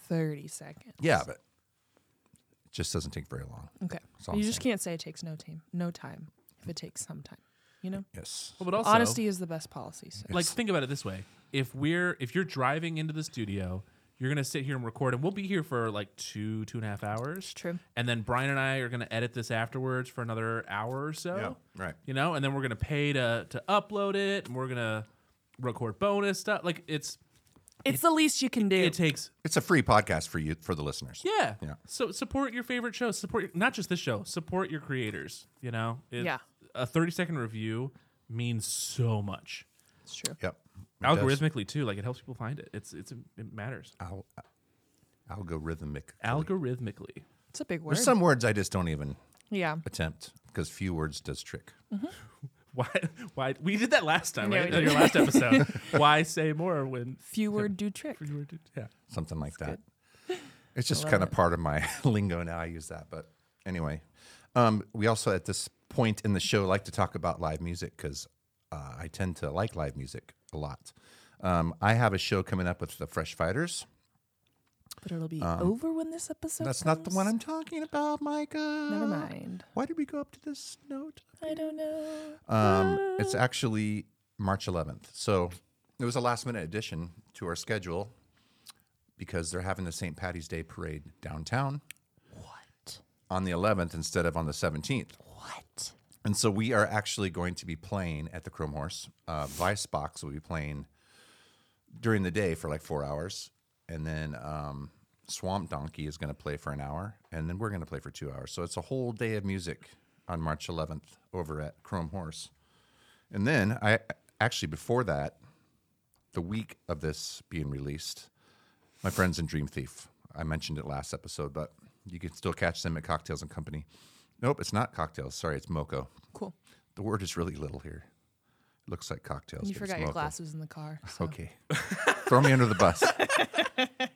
S3: 30 seconds.
S2: Yeah, but it just doesn't take very long.
S3: Okay.
S2: That's all
S3: you
S2: I'm
S3: just
S2: saying.
S3: can't say it takes no time. No time. If it takes some time, you know.
S2: Yes.
S8: Well, but also,
S3: Honesty is the best policy. So.
S8: like think about it this way if we're if you're driving into the studio you're gonna sit here and record and we'll be here for like two two and a half hours
S3: true.
S8: and then brian and i are gonna edit this afterwards for another hour or so
S2: Yeah, right.
S8: you know and then we're gonna pay to to upload it and we're gonna record bonus stuff like it's
S3: it's the least you can do.
S8: it takes
S2: It's a free podcast for you for the listeners.
S8: yeah
S2: Yeah.
S8: so support your favorite shows support your, not just this show support your creators you know It-
S3: Yeah.
S8: a 30 second review means so much
S3: it's true.
S2: Yep. It does.
S8: algorithmically too like it helps people find it it's it's it matters
S2: Al- algorithmic.
S8: algorithmically.
S3: It's a big word.
S2: There's some words I just don't even
S3: yeah.
S2: attempt because few words does trick.
S8: Why? Why we did that last time,
S3: Yeah,
S8: right?
S3: we
S8: In your last episode. why say more when?
S3: Few word do trick.
S8: you were to- Yeah.
S2: something like that. It's just kind of part of my lingo now. I use that, but anyway, um, we also at this point in the show like to talk about live music because uh, I tend to like live music a lot. Um, I have a show coming up with the Fresh Fighters.
S3: But it'll be over when this episode.
S2: Um, That's not the
S3: comes.
S2: one I'm talking about, Micah.
S3: Never mind.
S2: Why did we go up to this note?
S3: I don't know.
S2: Um, it's actually March 11th. So it was a last minute addition to our schedule because they're having the St. Patty's Day parade downtown. What? On the 11th instead of on the 17th.
S3: What?
S2: And so we are actually going to be playing at the Chrome Horse. Uh, Vice Box will be playing during the day for like four hours. And then um, Swamp Donkey is going to play for an hour. And then we're going to play for two hours. So it's a whole day of music on March 11th over at Chrome Horse. And then I actually, before that, the week of this being released, my friends in Dream Thief. I mentioned it last episode, but you can still catch them at Cocktails and Company. Nope, it's not cocktails. Sorry, it's moco.
S3: Cool.
S2: The word is really little here. It looks like cocktails. but
S3: You
S2: it's
S3: forgot your
S2: moco.
S3: glasses in the car. so-
S2: Okay. Throw me under the bus.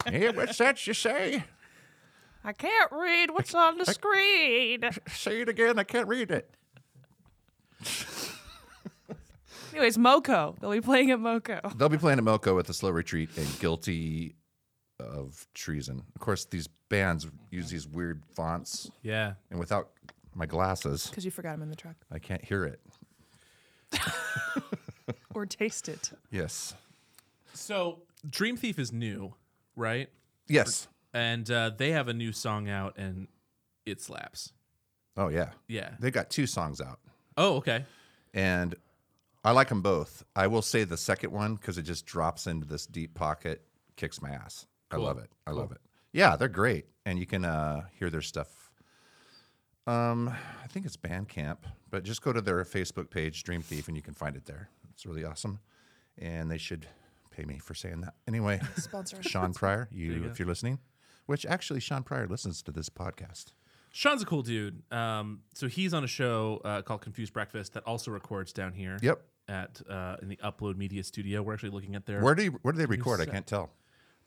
S2: hey, what's that you say?
S3: I can't read what's on the screen.
S2: Say it again. I can't read it.
S3: Anyways, Moco. They'll be playing at Moco.
S2: They'll be playing at Moco at the Slow Retreat and Guilty of Treason. Of course, these bands use these weird fonts,
S8: Yeah.
S2: and without my glasses,
S3: Because you forgot them in the truck.
S2: I can't hear it.
S3: Or taste it.
S2: Yes.
S8: So Dream Thief is new, right?
S2: Yes.
S8: And uh, they have a new song out, and it slaps.
S2: Oh, yeah.
S8: Yeah.
S2: They've got two songs out.
S8: Oh, okay.
S2: and I like them both. I will say the second one because it just drops into this deep pocket, kicks my ass. I love it. I love it. Yeah, they're great, and you can uh, hear their stuff. Um, I think it's Bandcamp, but just go to their Facebook page, Dream Thief, and you can find it there. It's really awesome, and they should pay me for saying that. Anyway,
S3: Sponsor.
S2: Sean Pryor, you, if you're listening, which actually Sean Pryor listens to this podcast.
S8: Sean's a cool dude. Um, so he's on a show uh, called Confused Breakfast that also records down here.
S2: Yep.
S8: At uh, in the Upload Media Studio, we're actually looking at their
S2: Where do you, where do they record? I can't tell.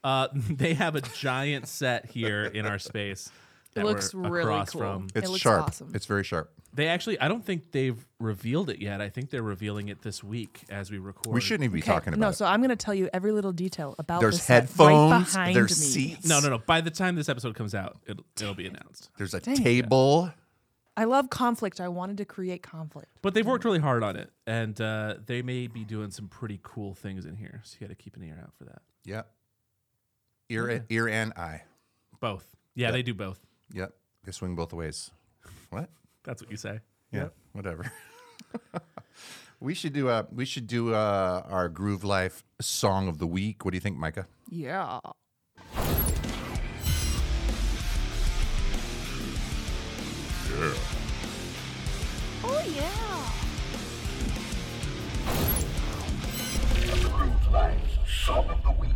S8: Uh, they have a giant set here in our space. that
S3: looks
S8: we're
S3: really
S8: across
S3: cool.
S8: From.
S2: It's
S3: looks
S2: sharp.
S3: awesome.
S2: It's very sharp.
S8: They actually, I don't think they've revealed it yet. I think they're revealing it this week as we record.
S2: We shouldn't even be talking about
S3: no,
S2: it.
S3: so I'm going to tell you every little detail about
S2: There's
S3: the set right
S2: headphones.
S3: behind
S2: there's
S3: me.
S2: seats.
S8: No, no, no. By the time this episode comes out, it'll, it'll be announced.
S2: There's a table.
S3: I love conflict. I wanted to create conflict.
S8: But they've worked really hard on it, and uh, they may be doing some pretty cool things in here. So you got to keep an ear out for that.
S2: Yep. Ear, ear and eye.
S8: Both. Yeah, they do both.
S2: Yep. They swing both ways. What?
S8: That's what you say.
S2: Yeah. Whatever. we should do a we should do uh our groove life song of the week. What do you think, Micah?
S3: Yeah.
S6: Groove Life's Song of the Week.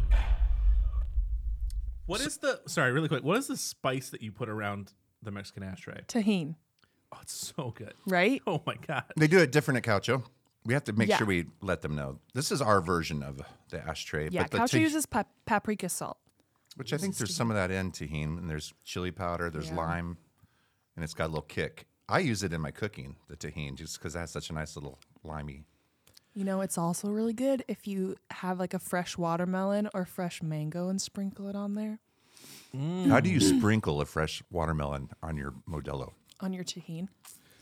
S8: What is the sorry, really quick? What is the spice that you put around the Mexican ashtray?
S3: Tahine,
S8: Oh, it's so good.
S3: right?
S8: Oh my god.
S2: They do it different at Caucho. We have to make
S3: Yeah.
S2: sure we let them know. This is our version of the ashtray.
S3: Yeah,
S2: but the
S3: Couch
S2: tah-
S3: uses pap- paprika salt.
S2: which I think there's some of that in tahine, and there's chili powder, there's lime, and it's got a little kick. I use it in my cooking, the tahine, just because it has such a nice little limey.
S3: You know, it's also really good if you have like a fresh watermelon or fresh mango and sprinkle it on there
S2: How do you sprinkle a fresh watermelon on your Modelo?
S3: on your tahine.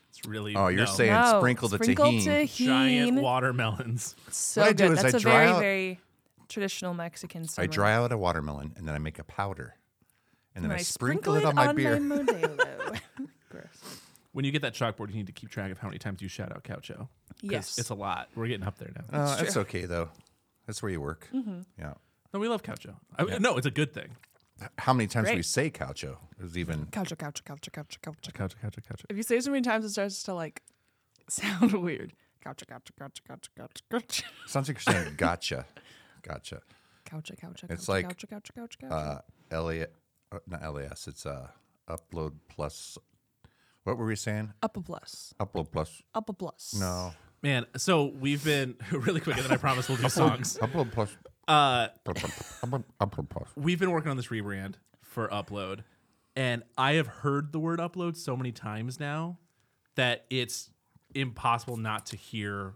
S8: It's really
S2: Oh, you're
S8: no.
S2: saying sprinkle the
S3: sprinkle
S2: tahine.
S3: tahine.
S8: giant watermelons.
S3: so
S2: What I
S3: good.
S2: do is
S3: That's
S2: I
S3: a
S2: dry
S3: very,
S2: out-
S3: very traditional Mexican summer.
S2: I dry out a watermelon and then I make a powder, and then I, sprinkle, it on my beer.
S3: Modelo. Gross.
S8: When you get that chalkboard, you need to keep track of how many times you shout out Coucho. 'Cause
S3: Yes.
S8: it's a lot. We're getting up there now.
S2: Uh, that's okay though. That's where you work. Yeah.
S8: no, we love Coucho. I, No, it's a good thing.
S2: How many times do we
S3: Great.
S2: say Caucho? There's even
S3: Couch, couch, couch, couch, couch.
S8: Coucho, Coucho, Coucho.
S3: If you say it so many times, it starts to like sound weird. Couch, couch, couch, couch, couch, couch.
S2: sounds like you're saying gotcha, gotcha.
S3: Couch, couch,
S2: It's
S3: couch,
S2: like,
S3: couch, couch, couch, couch.
S2: Uh, LA, uh, not LAS. It's uh, upload plus. What were we saying?
S3: Up a plus.
S2: Upload plus.
S3: Up a plus.
S2: No.
S8: Man, so we've been really quick, and then I promise we'll do songs.
S2: Upload plus.
S8: Uh,
S2: Upload, upload plus.
S8: we've been working on this rebrand for upload and i have heard the word upload so many times now that it's impossible not to hear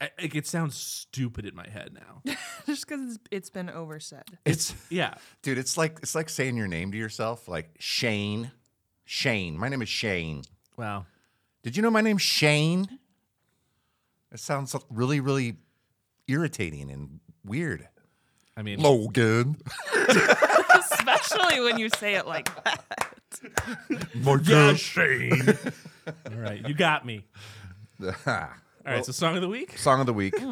S8: I- like it sounds stupid in my head now
S3: Just because it's, it's been oversaid.
S2: It's
S8: yeah
S2: dude. It's like it's like saying your name to yourself, like Shane. Shane. My name is Shane.
S8: wow
S2: Did you know my name's Shane? It sounds really, really irritating and weird.
S8: i mean
S2: Logan.
S3: Especially when you say it like that.
S2: My
S8: yeah, Shane. all right you got me all right so song of the week
S2: Song of the week. I'm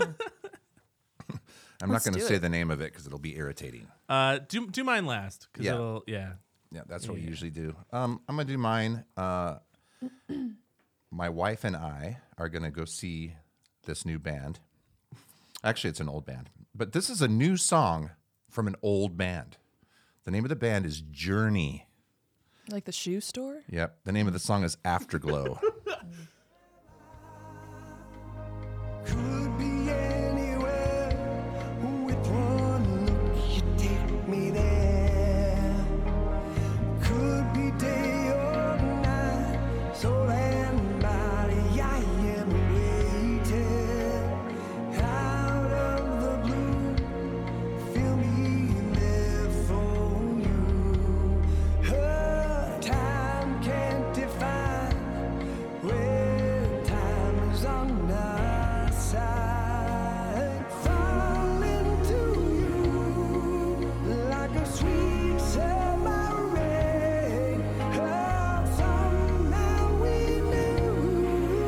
S2: not going
S3: do
S2: to say
S3: it.
S2: the name of it because it'll be irritating.
S8: uh do do mine last 'cause
S2: Yeah.
S8: it'll yeah
S2: Yeah, that's what we usually do. Um, I'm going to do mine. Uh, my wife and I are going to go see this new band. Actually, it's an old band, but this is a new song from an old band. The name of the band is Journey.
S3: Like the shoe store?
S2: Yep. The name of the song is Afterglow.
S10: Could be anywhere. With one look, you take me there. Could be day or night. Soul and body, I am waiting. Out of the blue, feel me there for you. Her time can't define. When time is on our side, fall into you like a sweet submarine. How somehow we knew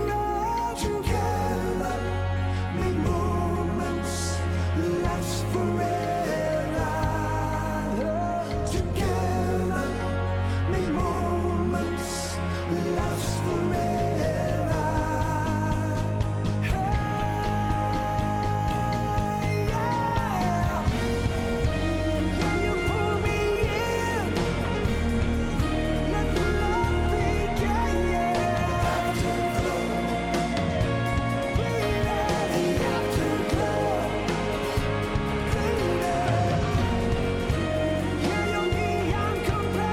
S10: that together the moments last forever. Together the moments last forever. Hey, yeah. When you pull me in, let the love begin. Afterglow, baby, afterglow, baby. Yeah, you're me, I'm compelled. So I surrender. Afterglow, ooh, baby, afterglow.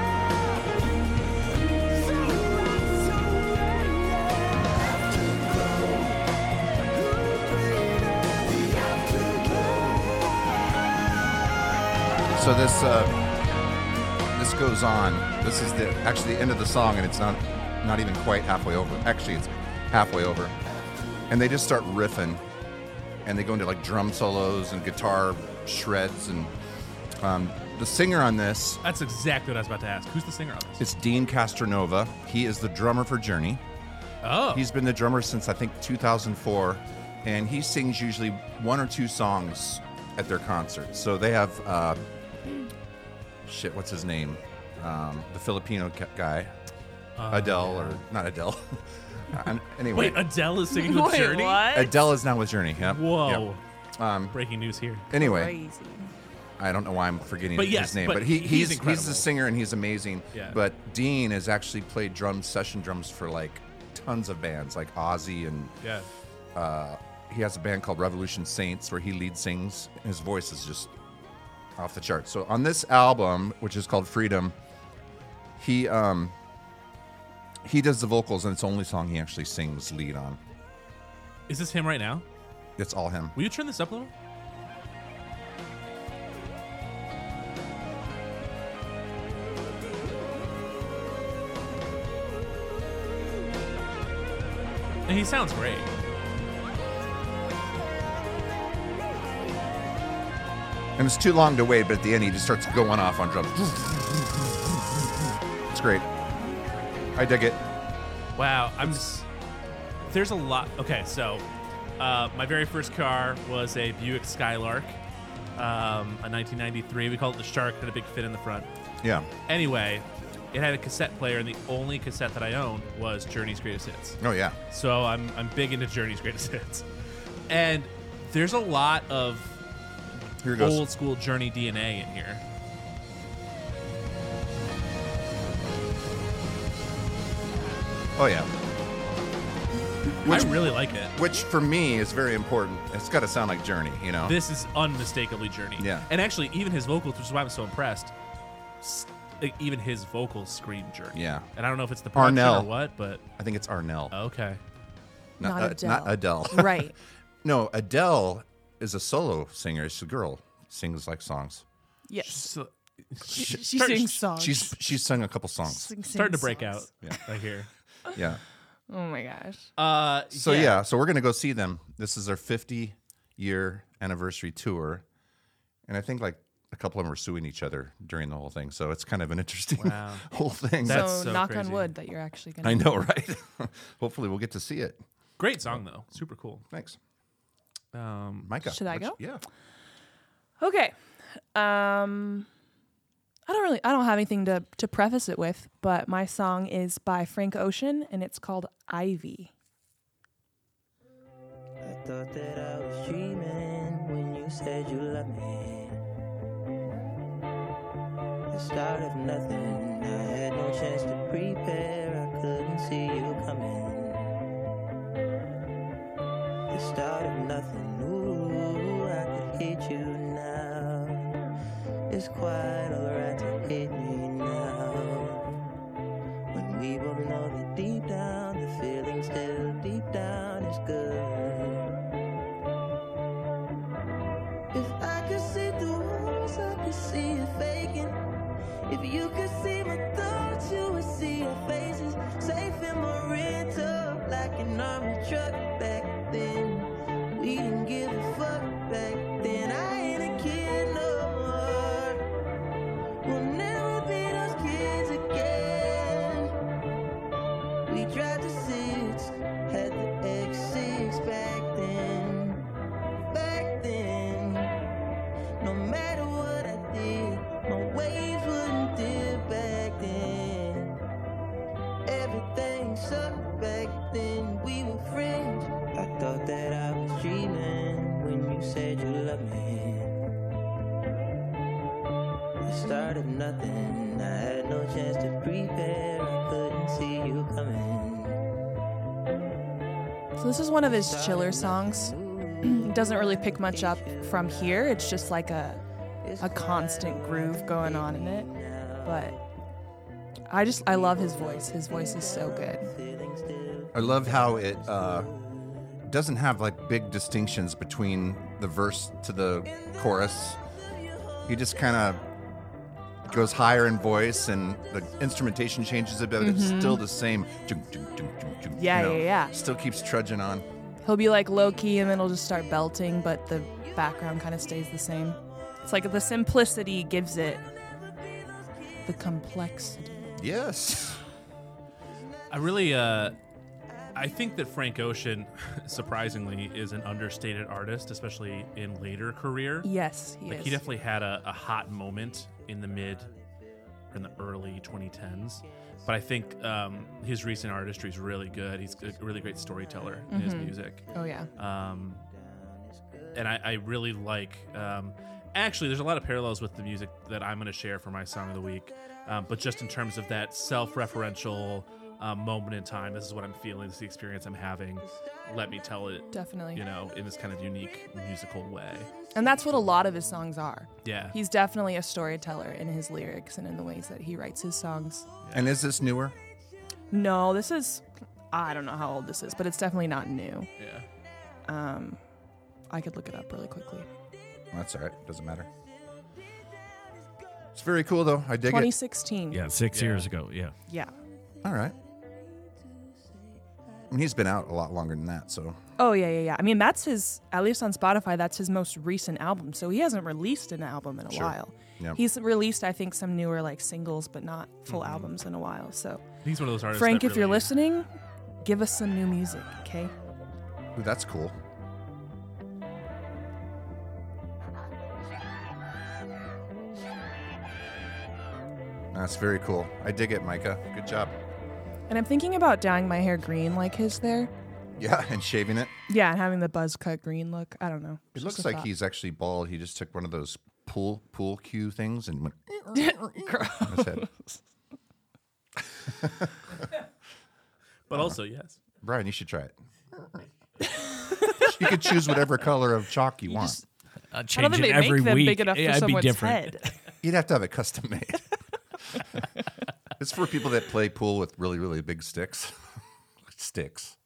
S2: so this uh, this goes on. This is the actually the end of the song, and it's not not even quite halfway over. Actually, it's halfway over, and they just start riffing, and they go into like drum solos and guitar shreds, and um, the singer on this
S8: that's exactly what i was about to ask who's the singer on this
S2: it's Dean Castronova. He is the drummer for Journey.
S8: oh
S2: He's been the drummer since I think 2004, and he sings usually one or two songs at their concerts. So they have uh, shit. What's his name? Um, the Filipino ca- guy, Adele or not Adele? Um, anyway,
S8: Oh, wait adele is singing with journey
S3: what?
S2: Adele is now with Journey. Yep.
S8: whoa
S2: Yep. Um,
S8: breaking news here
S2: Anyway,
S3: Crazy.
S2: I don't know why I'm forgetting
S8: But yes,
S2: his name,
S8: but
S2: but, he,
S8: he's
S2: he's he's,
S8: incredible.
S2: the singer and he's amazing.
S8: Yeah.
S2: But Dean has actually played drums, session drums for like tons of bands, like Ozzy, and
S8: Yeah.
S2: uh, he has a band called Revolution Saints where he lead sings. And his voice is just off the chart. So on this album, which is called Freedom, he um he does the vocals, and it's the only song he actually sings lead on.
S8: Is this him right now?
S2: It's all him.
S8: Will you turn this up a little? And he sounds great.
S2: And it's too long to wait, but at the end he just starts going off on drums. It's great. I dig it.
S8: Wow, I'm. s- There's a lot. Okay, so uh, my very first car was a Buick Skylark, um, a 1993. We called it the Shark. Had a big fit in the front.
S2: Yeah.
S8: Anyway, it had a cassette player, and the only cassette that I owned was Journey's Greatest Hits.
S2: Oh yeah.
S8: So I'm I'm big into Journey's Greatest Hits, and there's a lot of
S2: Here goes.
S8: old school Journey DNA in here.
S2: Oh yeah. Which,
S8: I really like it.
S2: which for me is very important. It's got to sound like Journey, you know.
S8: This is unmistakably Journey.
S2: Yeah.
S8: And actually, even his vocals, which is why I'm so impressed. s- like, Even his vocals scream Journey.
S2: Yeah.
S8: And I don't know if it's the production or
S2: Arnell.
S8: what, but
S2: I think it's Arnell,
S8: okay.
S3: Not
S2: uh,
S3: Adele.
S2: not Adele.
S3: Right.
S2: no, Adele is a solo singer. She's a girl. Sings like songs.
S3: Yes.
S8: So,
S3: She, she
S8: Start-
S3: sings songs.
S2: She's she's sung a couple songs.
S3: Sing-
S8: starting to
S3: sings
S8: break out.
S3: songs.
S8: Yeah. I hear.
S2: Yeah.
S3: Oh my gosh.
S8: Uh,
S2: So yeah. so we're gonna go see them. This is their 50 year anniversary tour, and I think like a couple of them were suing each other during the whole thing. So it's kind of an interesting
S8: Wow.
S2: whole thing.
S8: That's
S3: so,
S8: so
S3: Oh, knock
S8: crazy.
S3: on wood that you're actually gonna.
S2: I know, right? Hopefully, we'll get to see it.
S8: Great song though. Super cool.
S2: Thanks,
S8: Um,
S2: Micah.
S3: Should I
S2: which-
S3: go?
S2: Yeah.
S3: Okay. Um I don't really I don't have anything to to preface it with, but my song is by Frank Ocean and it's called Ivy.
S10: I thought that I was dreaming when you said you loved me. The start of nothing, I had no chance to prepare, I couldn't see you coming. The start of nothing, ooh, I could hit you now. It's quite alright to hit me now. When we both know that deep down, the feeling still deep down is good. If I could see through walls, I could see you faking. If you could see my thoughts, you would see your faces. Safe in my rental, like an army truck back then. We didn't give a fuck back then. I ain't a kid no more. We'll never be those kids again. We tried to six, had the X6 back then. Back then, no matter what I did, my waves wouldn't dip back then. Everything sucked back then, we were friends. I thought that I was dreaming when you said you loved me. The start of nothing. I had no chance to prepare. I couldn't see you coming.
S3: So this is one of his chiller songs. It doesn't really pick much up from here. It's just like a a constant groove going on in it. But I just I love his voice. His voice is so good.
S2: I love how it uh, doesn't have like big distinctions between the verse to the chorus. He just kind of goes higher in voice, and the instrumentation changes a bit. but It's still the same. Dun, dun, dun, dun, dun,
S3: Mm-hmm. Yeah, yeah, yeah.
S2: Still keeps trudging on.
S3: He'll be like low key and then he'll just start belting, but the background kind of stays the same. It's like the simplicity gives it the complexity.
S2: Yes.
S8: I really, uh, I think that Frank Ocean, surprisingly, is an understated artist, especially in later career.
S3: Yes, he
S8: Like
S3: is.
S8: he definitely had a, a hot moment in the mid or in the early 2010s. But I think um, his recent artistry is really good. He's a really great storyteller in his music.
S3: oh yeah.
S8: Um, and I, I really like um, actually, there's a lot of parallels with the music that I'm going to share for my song of the week, um, but just in terms of that self-referential um, moment in time. This is what I'm feeling. This is the experience I'm having. Let me tell it.
S3: Definitely.
S8: You know, in this kind of unique musical way.
S3: And that's what a lot of his songs are.
S8: Yeah.
S3: He's definitely a storyteller in his lyrics and in the ways that he writes his songs.
S2: And is this newer?
S3: No, this is I don't know how old this is, but it's definitely not new.
S8: Yeah.
S3: Um I could look it up really quickly.
S2: That's all right. Doesn't matter. It's very cool though. I dig it.
S3: 2016.
S9: Yeah, six
S8: Yeah.
S9: years ago. Yeah.
S3: Yeah.
S2: All right. I mean, he's been out a lot longer than that, so
S3: Oh yeah, yeah, yeah. I mean, that's his at least on Spotify, that's his most recent album. So he hasn't released an album in a while.
S2: Yep.
S3: He's released I think some newer like singles, but not full
S9: Mm-hmm.
S3: albums in a while. So
S8: He's one of those artists.
S3: Frank,
S8: that
S3: if you're
S8: really-
S3: listening, give us some new music, okay?
S2: Ooh, that's cool. That's very cool. I dig it, Micah. Good job.
S3: And I'm thinking about dyeing my hair green like his there.
S2: Yeah, and shaving it.
S3: Yeah, and having the buzz cut green look. I don't know.
S2: It
S3: Just
S2: looks
S3: a
S2: like
S3: thought.
S2: he's actually bald. He just took one of those pool pool cue things and went on his head.
S8: But also, yes.
S2: Brian, you should try it. you could choose whatever color of chalk you, want.
S9: Uh,
S3: I don't
S9: change
S3: think
S9: it
S3: they
S9: every
S3: make them
S9: week.
S3: big enough
S9: yeah,
S3: for
S9: it'd be
S3: someone's
S9: different.
S3: head.
S2: You'd have to have it custom made. it's for people that play pool with really, really big sticks. sticks.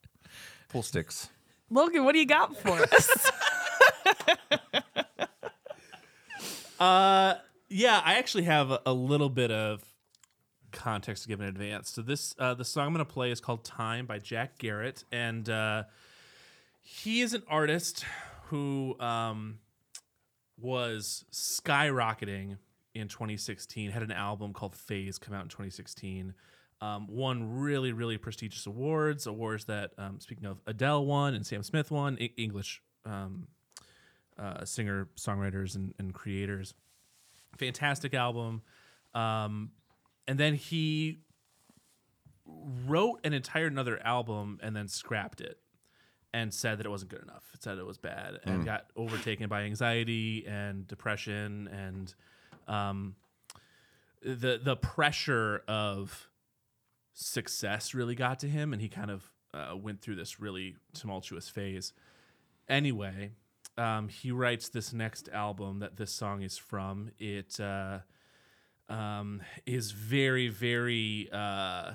S2: Pool sticks.
S3: Logan, what do you got for us?
S8: Uh, Yeah, I actually have a, a little bit of context to give in advance. So this uh, the song I'm going to play is called "Time" by Jack Garrett, and uh, he is an artist who um, was skyrocketing in 2016. Had an album called Phase come out in 2016. Um, won really really prestigious awards, awards that um, speaking of Adele won and Sam Smith won, E- English um, uh, singer songwriters and, and creators fantastic album. Um, and then he wrote an entire another album and then scrapped it and said that it wasn't good enough. It said it was bad and got overtaken by anxiety and depression and um, the the pressure of success really got to him and he kind of uh, went through this really tumultuous phase anyway, um, he writes this next album that this song is from. It uh, um, is very, very uh,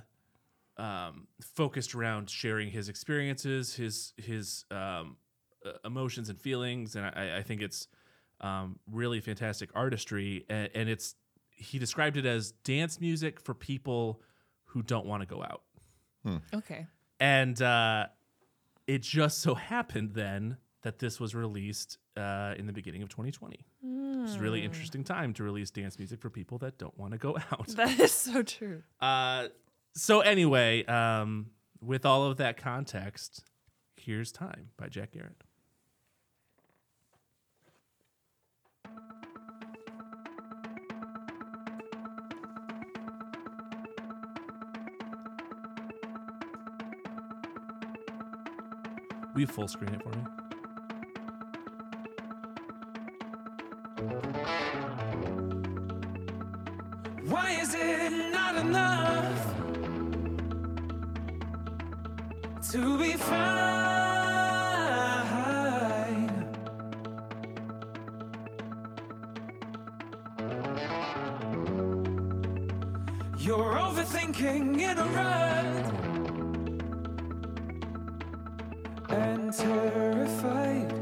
S8: um, focused around sharing his experiences, his his um, uh, emotions and feelings, and I, I think it's um, really fantastic artistry. And, and it's he described it as dance music for people who don't want to go out.
S3: okay.
S8: And uh, it just so happened then that this was released uh, in the beginning of 2020. It's a really interesting time to release dance music for people that don't want to go out.
S3: That is so true.
S8: Uh, so, anyway, um, with all of that context, here's Time by Jack Garrett. Will you full screen it for me?
S7: Why is it not enough to be fine? You're overthinking it a rut and terrified.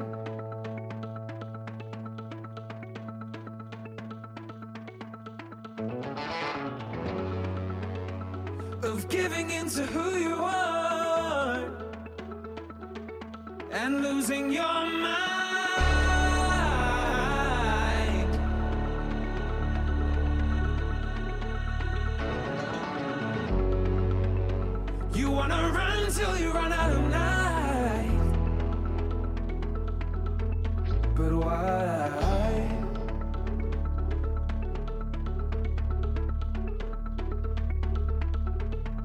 S7: of giving in to who you are and losing your mind. You wanna run till you run out of night, but why?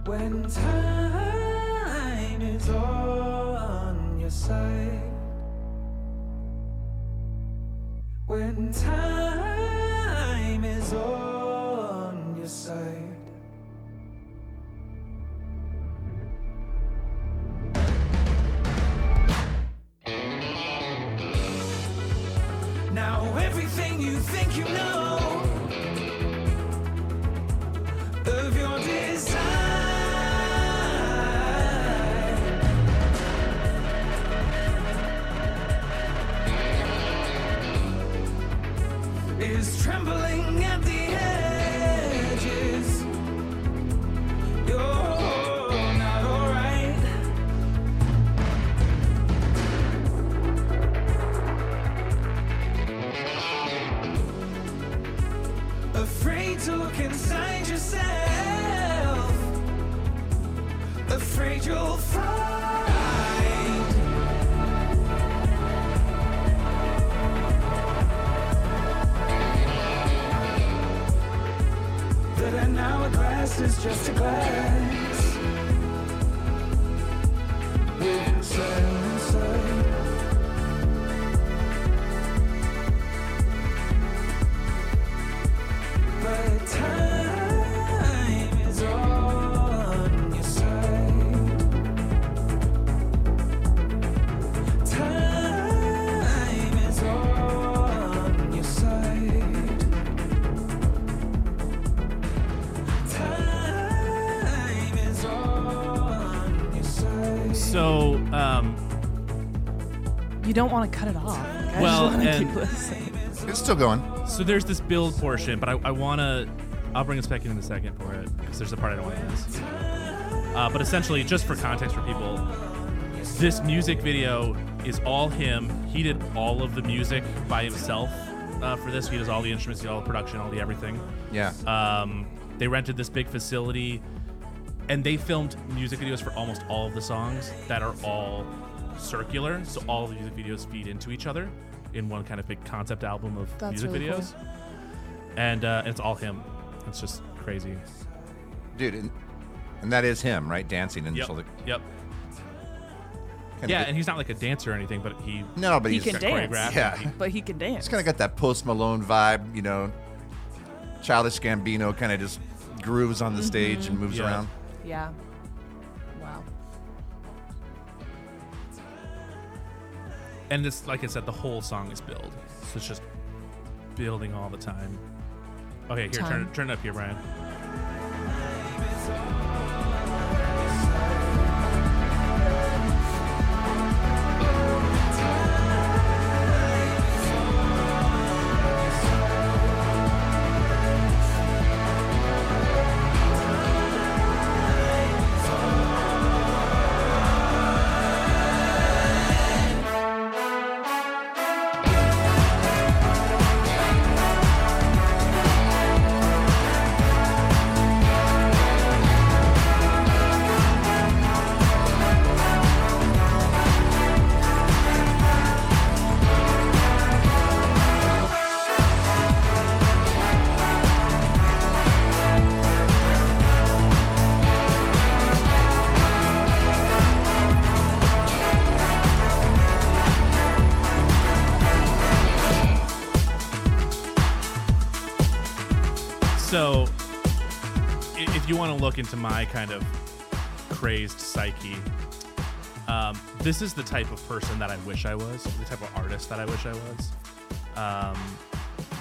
S7: When time is on your side. When time Now everything you think you know of your design. Is trembling at the edges. You're not alright. Afraid to look inside yourself. Afraid you'll find that an hourglass is just a glass with silence inside. But time is on your side. Time is on your side. Time is on your side.
S8: So, um,
S3: You don't want to cut it off. I
S8: Well,
S3: just want to
S8: and-
S3: keep listening.
S2: It's still going.
S8: so there's this build portion, but I, I want to. I'll bring us back in in a second for it because there's a part I don't want to miss. Uh, but essentially, just for context for people, this music video is all him. He did all of the music by himself uh, for this. He does all the instruments, he did all the production, all the everything.
S2: Yeah.
S8: Um, they rented this big facility, and they filmed music videos for almost all of the songs that are all circular. So all the music videos feed into each other in one kind of big concept album of
S3: That's
S8: music
S3: really cool.
S8: videos, and uh, it's all him. It's just crazy.
S2: Dude, and, and that is him, right? Dancing and
S8: Yep.
S2: so the-
S8: Yep.
S2: kinda
S8: Yeah,
S2: get-
S8: and he's not like a dancer or anything, but he
S2: no, but
S3: He
S2: he's
S3: can dance.
S8: choreographed.
S2: Yeah.
S8: He-
S3: But he can dance.
S2: It's kind of got that post Malone vibe, you know. Childish Gambino kind of just grooves on the stage and moves
S8: Mm-hmm. Yeah.
S2: around.
S3: Yeah. Wow.
S8: and it's like I said, the whole song is build. So it's just building all the time. Okay, here, turn
S3: Time.
S8: it, turn it up here, Brian. So, i- if you want to look into my kind of crazed psyche, um, this is the type of person that I wish I was, the type of artist that I wish I was. Um,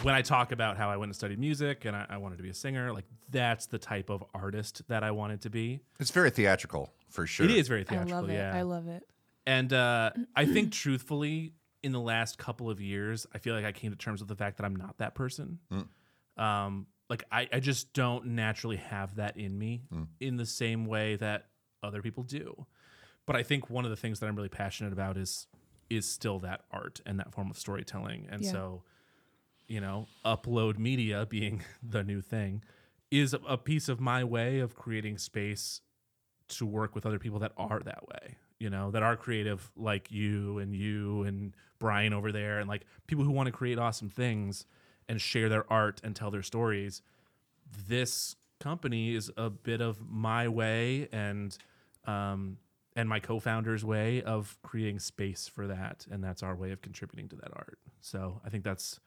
S8: when I talk about how I went and studied music and I, I wanted to be a singer, like that's the type of artist that I wanted to be.
S2: It's very theatrical, for sure.
S8: It is very
S3: I
S8: theatrical.
S3: love it.
S8: yeah,
S3: I love it.
S8: And uh, I think truthfully, in the last couple of years, I feel like I came to terms with the fact that I'm not that person. Um, like I, I just don't naturally have that in me in the same way that other people do. But I think one of the things that I'm really passionate about is is still that art and that form of storytelling. And
S3: Yeah.
S8: so, you know, upload media being the new thing is a- a piece of my way of creating space to work with other people that are that way, you know, that are creative like you and you and Brian over there and like people who want to create awesome things and share their art and tell their stories. This company is a bit of my way and um and my co-founder's way of creating space for that and that's our way of contributing to that art. So, I think that's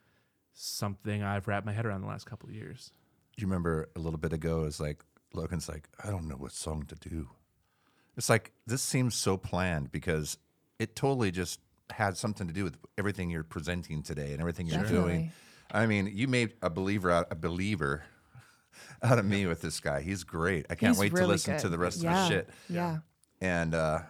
S8: something I've wrapped my head around the last couple of years.
S2: You remember a little bit ago, it's like Logan's like, I don't know what song to do. It's like this seems so planned because it totally just has something to do with everything you're presenting today and everything you're
S3: Sure.
S2: doing.
S3: Definitely.
S2: I mean, you made a believer out a believer out of me with this guy. He's great. I can't
S3: He's
S2: wait to
S3: really
S2: listen to
S3: good.
S2: the rest of
S3: Yeah.
S2: his shit.
S3: Yeah.
S2: And uh,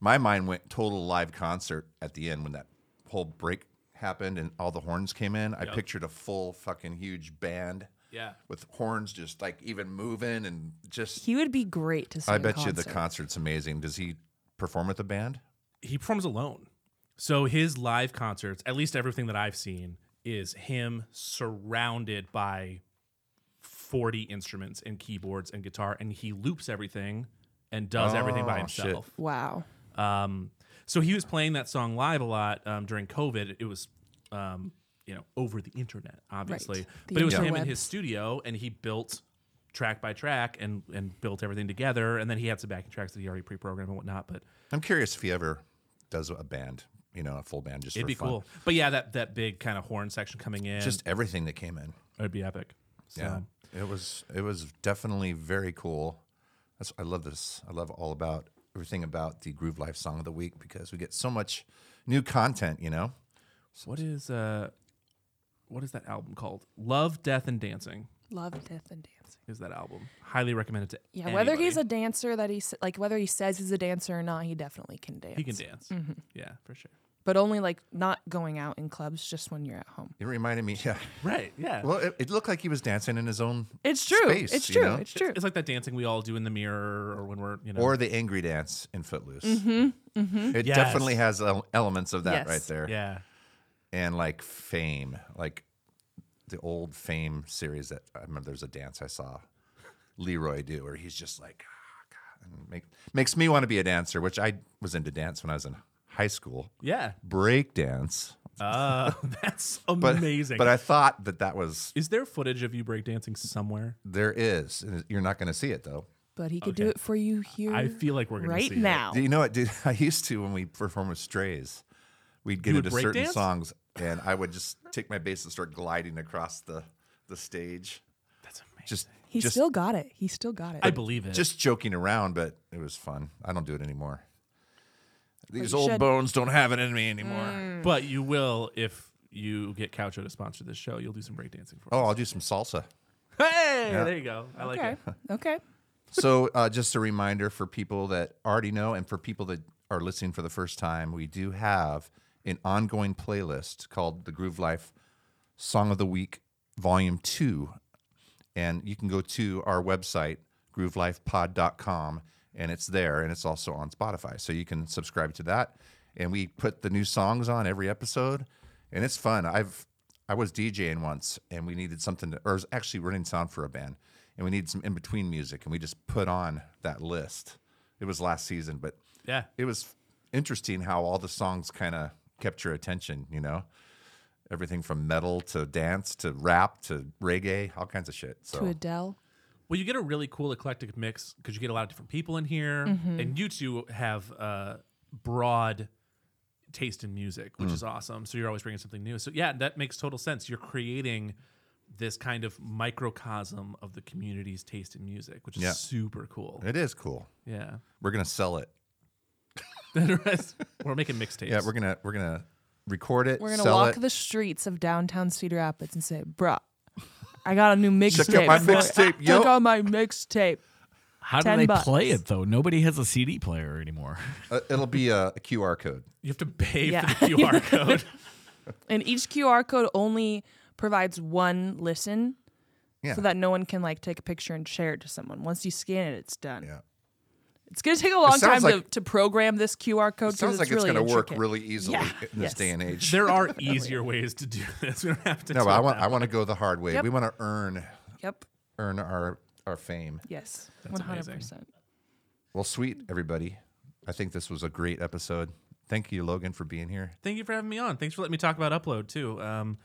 S2: my mind went total live concert at the end when that whole break happened and all the horns came in. I
S8: Yep.
S2: pictured a full fucking huge band.
S8: Yeah.
S2: With horns just like even moving and just
S3: He would be great to see.
S2: I
S3: in
S2: bet you the
S3: concert.
S2: concert's amazing. Does he perform with a band?
S8: he performs alone. So his live concerts, at least everything that I've seen, is him surrounded by 40 instruments and keyboards and guitar, and he loops everything and does everything by
S2: Oh, shit.
S8: himself.
S3: Wow.
S8: Um, so he was playing that song live a lot um, during COVID. It was, um, you know, over the internet, obviously,
S3: The
S8: but it was him in
S3: interwebs.
S8: his studio, and he built track by track and and built everything together. And then he had some backing tracks that he already pre-programmed and whatnot. But
S2: I'm curious if he ever does a band, you know, a full band just
S8: it'd
S2: for
S8: be
S2: fun.
S8: cool. But yeah, that that big kind of horn section coming in,
S2: Just everything that came in.
S8: it'd be epic. So,
S2: Yeah. It was it was definitely very cool. That's I love this. I love all about everything about the Groove Life song of the week because we get so much new content, you know.
S8: what is uh, what is that album called? Love, Death, and Dancing
S3: Love death and dancing.
S8: is that album. Highly recommend it to
S3: Yeah. Whether
S8: anybody.
S3: he's a dancer that he s- like, whether he says he's a dancer or not, he definitely can dance. Mm-hmm.
S8: he can dance. Yeah, for sure.
S3: but only like not going out in clubs, just when you're at home.
S2: It reminded me, yeah.
S8: Right. Yeah.
S2: Well, it, it looked like he was dancing in his own
S3: It's true.
S2: space,
S3: it's
S2: you
S3: true.
S2: know?
S3: It's true.
S8: It's like that dancing we all do in the mirror or when we're, you know.
S2: or the angry dance in Footloose. It definitely has el- elements of that
S3: Yes.
S2: right there.
S8: yeah.
S2: and like Fame, like the old Fame series that I remember. There's a dance I saw Leroy do where he's just like, "Ah, God," and make, makes me want to be a dancer, which I was into dance when I was in high school,
S8: Yeah.
S2: break dance.
S8: Uh, that's
S2: But
S8: amazing.
S2: But I thought that that was
S8: is there footage of you breakdancing somewhere?
S2: there is. and You're not going to see it though.
S3: But he could do
S8: Okay.
S3: it for you here.
S8: I feel like we're gonna
S3: right
S8: see it.
S3: now.
S2: Do you know what, dude? I used to when we performed with Strays, we'd get
S8: You would
S2: into
S8: break
S2: certain
S8: dance?
S2: songs, and I would just take my bass and start gliding across the the stage.
S8: That's amazing.
S2: Just
S3: He
S2: just
S3: still got it. He still got it.
S8: I believe it.
S2: just joking around, but it was fun. I don't do it anymore. These
S3: you
S2: old
S3: should. Mm.
S2: bones don't have it in me anymore.
S8: but you will if you get Coucho to sponsor this show. You'll do some breakdancing for
S2: Oh,
S8: us.
S2: I'll do some salsa.
S8: Hey, there you go. I like
S3: okay.
S8: it.
S3: okay.
S2: so, uh, just a reminder for people that already know, and for people that are listening for the first time, we do have an ongoing playlist called the Groove Life Song of the Week Volume 2. And you can go to our website, groovelifepod.com, and it's there. And it's also on Spotify. So you can subscribe to that. And we put the new songs on every episode. And it's fun. I've I was DJing once and we needed something to or I was actually running sound for a band and we needed some in between music and we just put on that list. It was last season, but
S8: Yeah.
S2: it was interesting how all the songs kind of kept your attention, you know? Everything from metal to dance to rap to reggae, all kinds of shit. So
S3: To Adele.
S8: Well, you get a really cool eclectic mix because you get a lot of different people in here, and you two have uh, broad taste in music,
S2: Mm.
S8: which is awesome. So you're always bringing something new. So yeah, that makes total sense. You're creating this kind of microcosm of the community's taste in music, which is
S2: Yeah.
S8: super cool.
S2: it is cool.
S8: Yeah.
S2: We're gonna sell it.
S8: The rest- we're making mixtapes.
S2: Yeah, we're gonna we're gonna record it.
S3: We're gonna
S2: sell
S3: walk
S2: it.
S3: the streets of downtown Cedar Rapids and say, "Bruh, I got a new mixtape.
S2: out my
S3: for you.
S2: mixtape, yo."
S3: Check out my mixtape.
S9: How do
S3: 10
S9: they
S3: bucks.
S9: play it though? Nobody has a CD player anymore.
S2: Uh, it'll be a, a QR code.
S8: you have to pay
S3: Yeah.
S8: for the QR code.
S3: And each QR code only provides one listen,
S2: Yeah.
S3: so that no one can like take a picture and share it to someone. Once you scan it, it's done.
S2: yeah.
S3: It's gonna take a long time
S2: sounds
S3: to,
S2: like-
S3: to program this QR code. 'cause
S2: Sounds like
S3: really
S2: it's gonna work
S3: intricate.
S2: really easily
S3: Yeah.
S2: in this
S3: Yes.
S2: day and age.
S8: there are easier ways to do this. We don't have to.
S2: no,
S8: do
S2: but I
S8: it
S2: want
S8: that
S2: I want to go the hard way.
S3: Yep.
S2: We want to earn
S3: Yep.
S2: earn our our fame.
S3: Yes.
S8: That's
S3: One
S8: amazing.
S3: hundred percent.
S2: Well, sweet everybody. I think this was a great episode. Thank you, Logan, for being here.
S8: thank you for having me on. Thanks for letting me talk about Upload too. Um,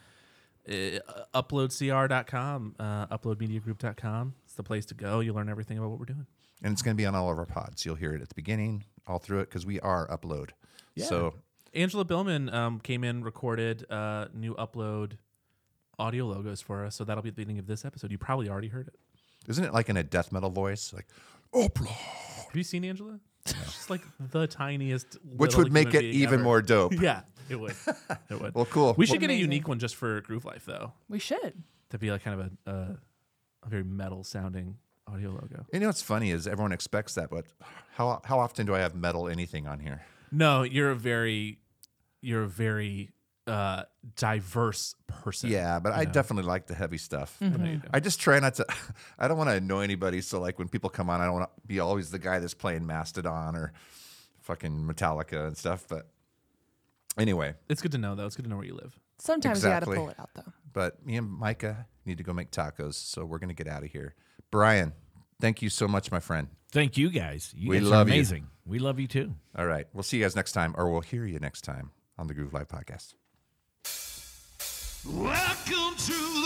S8: uh, uploadcr.com, uh, uploadmediagroup.com. It's the place to go. You learn everything about what we're doing.
S2: And it's going to be on all of our pods. You'll hear it at the beginning, all through it, because we are upload. So
S8: Angela Billman um, came in, recorded uh, new Upload audio logos for us, so that'll be at the beginning of this episode. You probably already heard it.
S2: isn't it like in a death metal voice? Like,
S8: Have you seen Angela? She's like the tiniest,
S2: Which
S8: little
S2: would make
S8: human
S2: it
S8: being
S2: even
S8: ever.
S2: more dope.
S8: Yeah, it would. It would.
S2: Well, cool.
S8: We should get a
S3: Amazing.
S8: unique one just for Groove Life though,
S3: We should.
S8: to be like kind of a a, a very metal sounding audio logo.
S2: You know what's funny is everyone expects that, but how how often do I have metal anything on here?
S8: No, you're a very, you're a very uh, diverse person.
S2: Yeah, but I
S8: Yeah.
S2: definitely like the heavy stuff.
S8: know you do.
S2: I just try not to. I don't want to annoy anybody. So like when people come on, I don't want to be always the guy that's playing Mastodon or fucking Metallica and stuff. But anyway,
S8: It's good to know though. It's good to know where you live.
S3: Sometimes
S2: Exactly.
S3: you got to pull it out though.
S2: but me and Micah need to go make tacos, so we're gonna get out of here. Brian, thank you so much, my friend.
S9: Thank you guys. You
S2: We
S9: guys
S2: love
S9: are
S2: you.
S9: amazing. We love you too.
S2: All right, we'll see you guys next time, or we'll hear you next time on the Groove Live podcast.
S7: Welcome to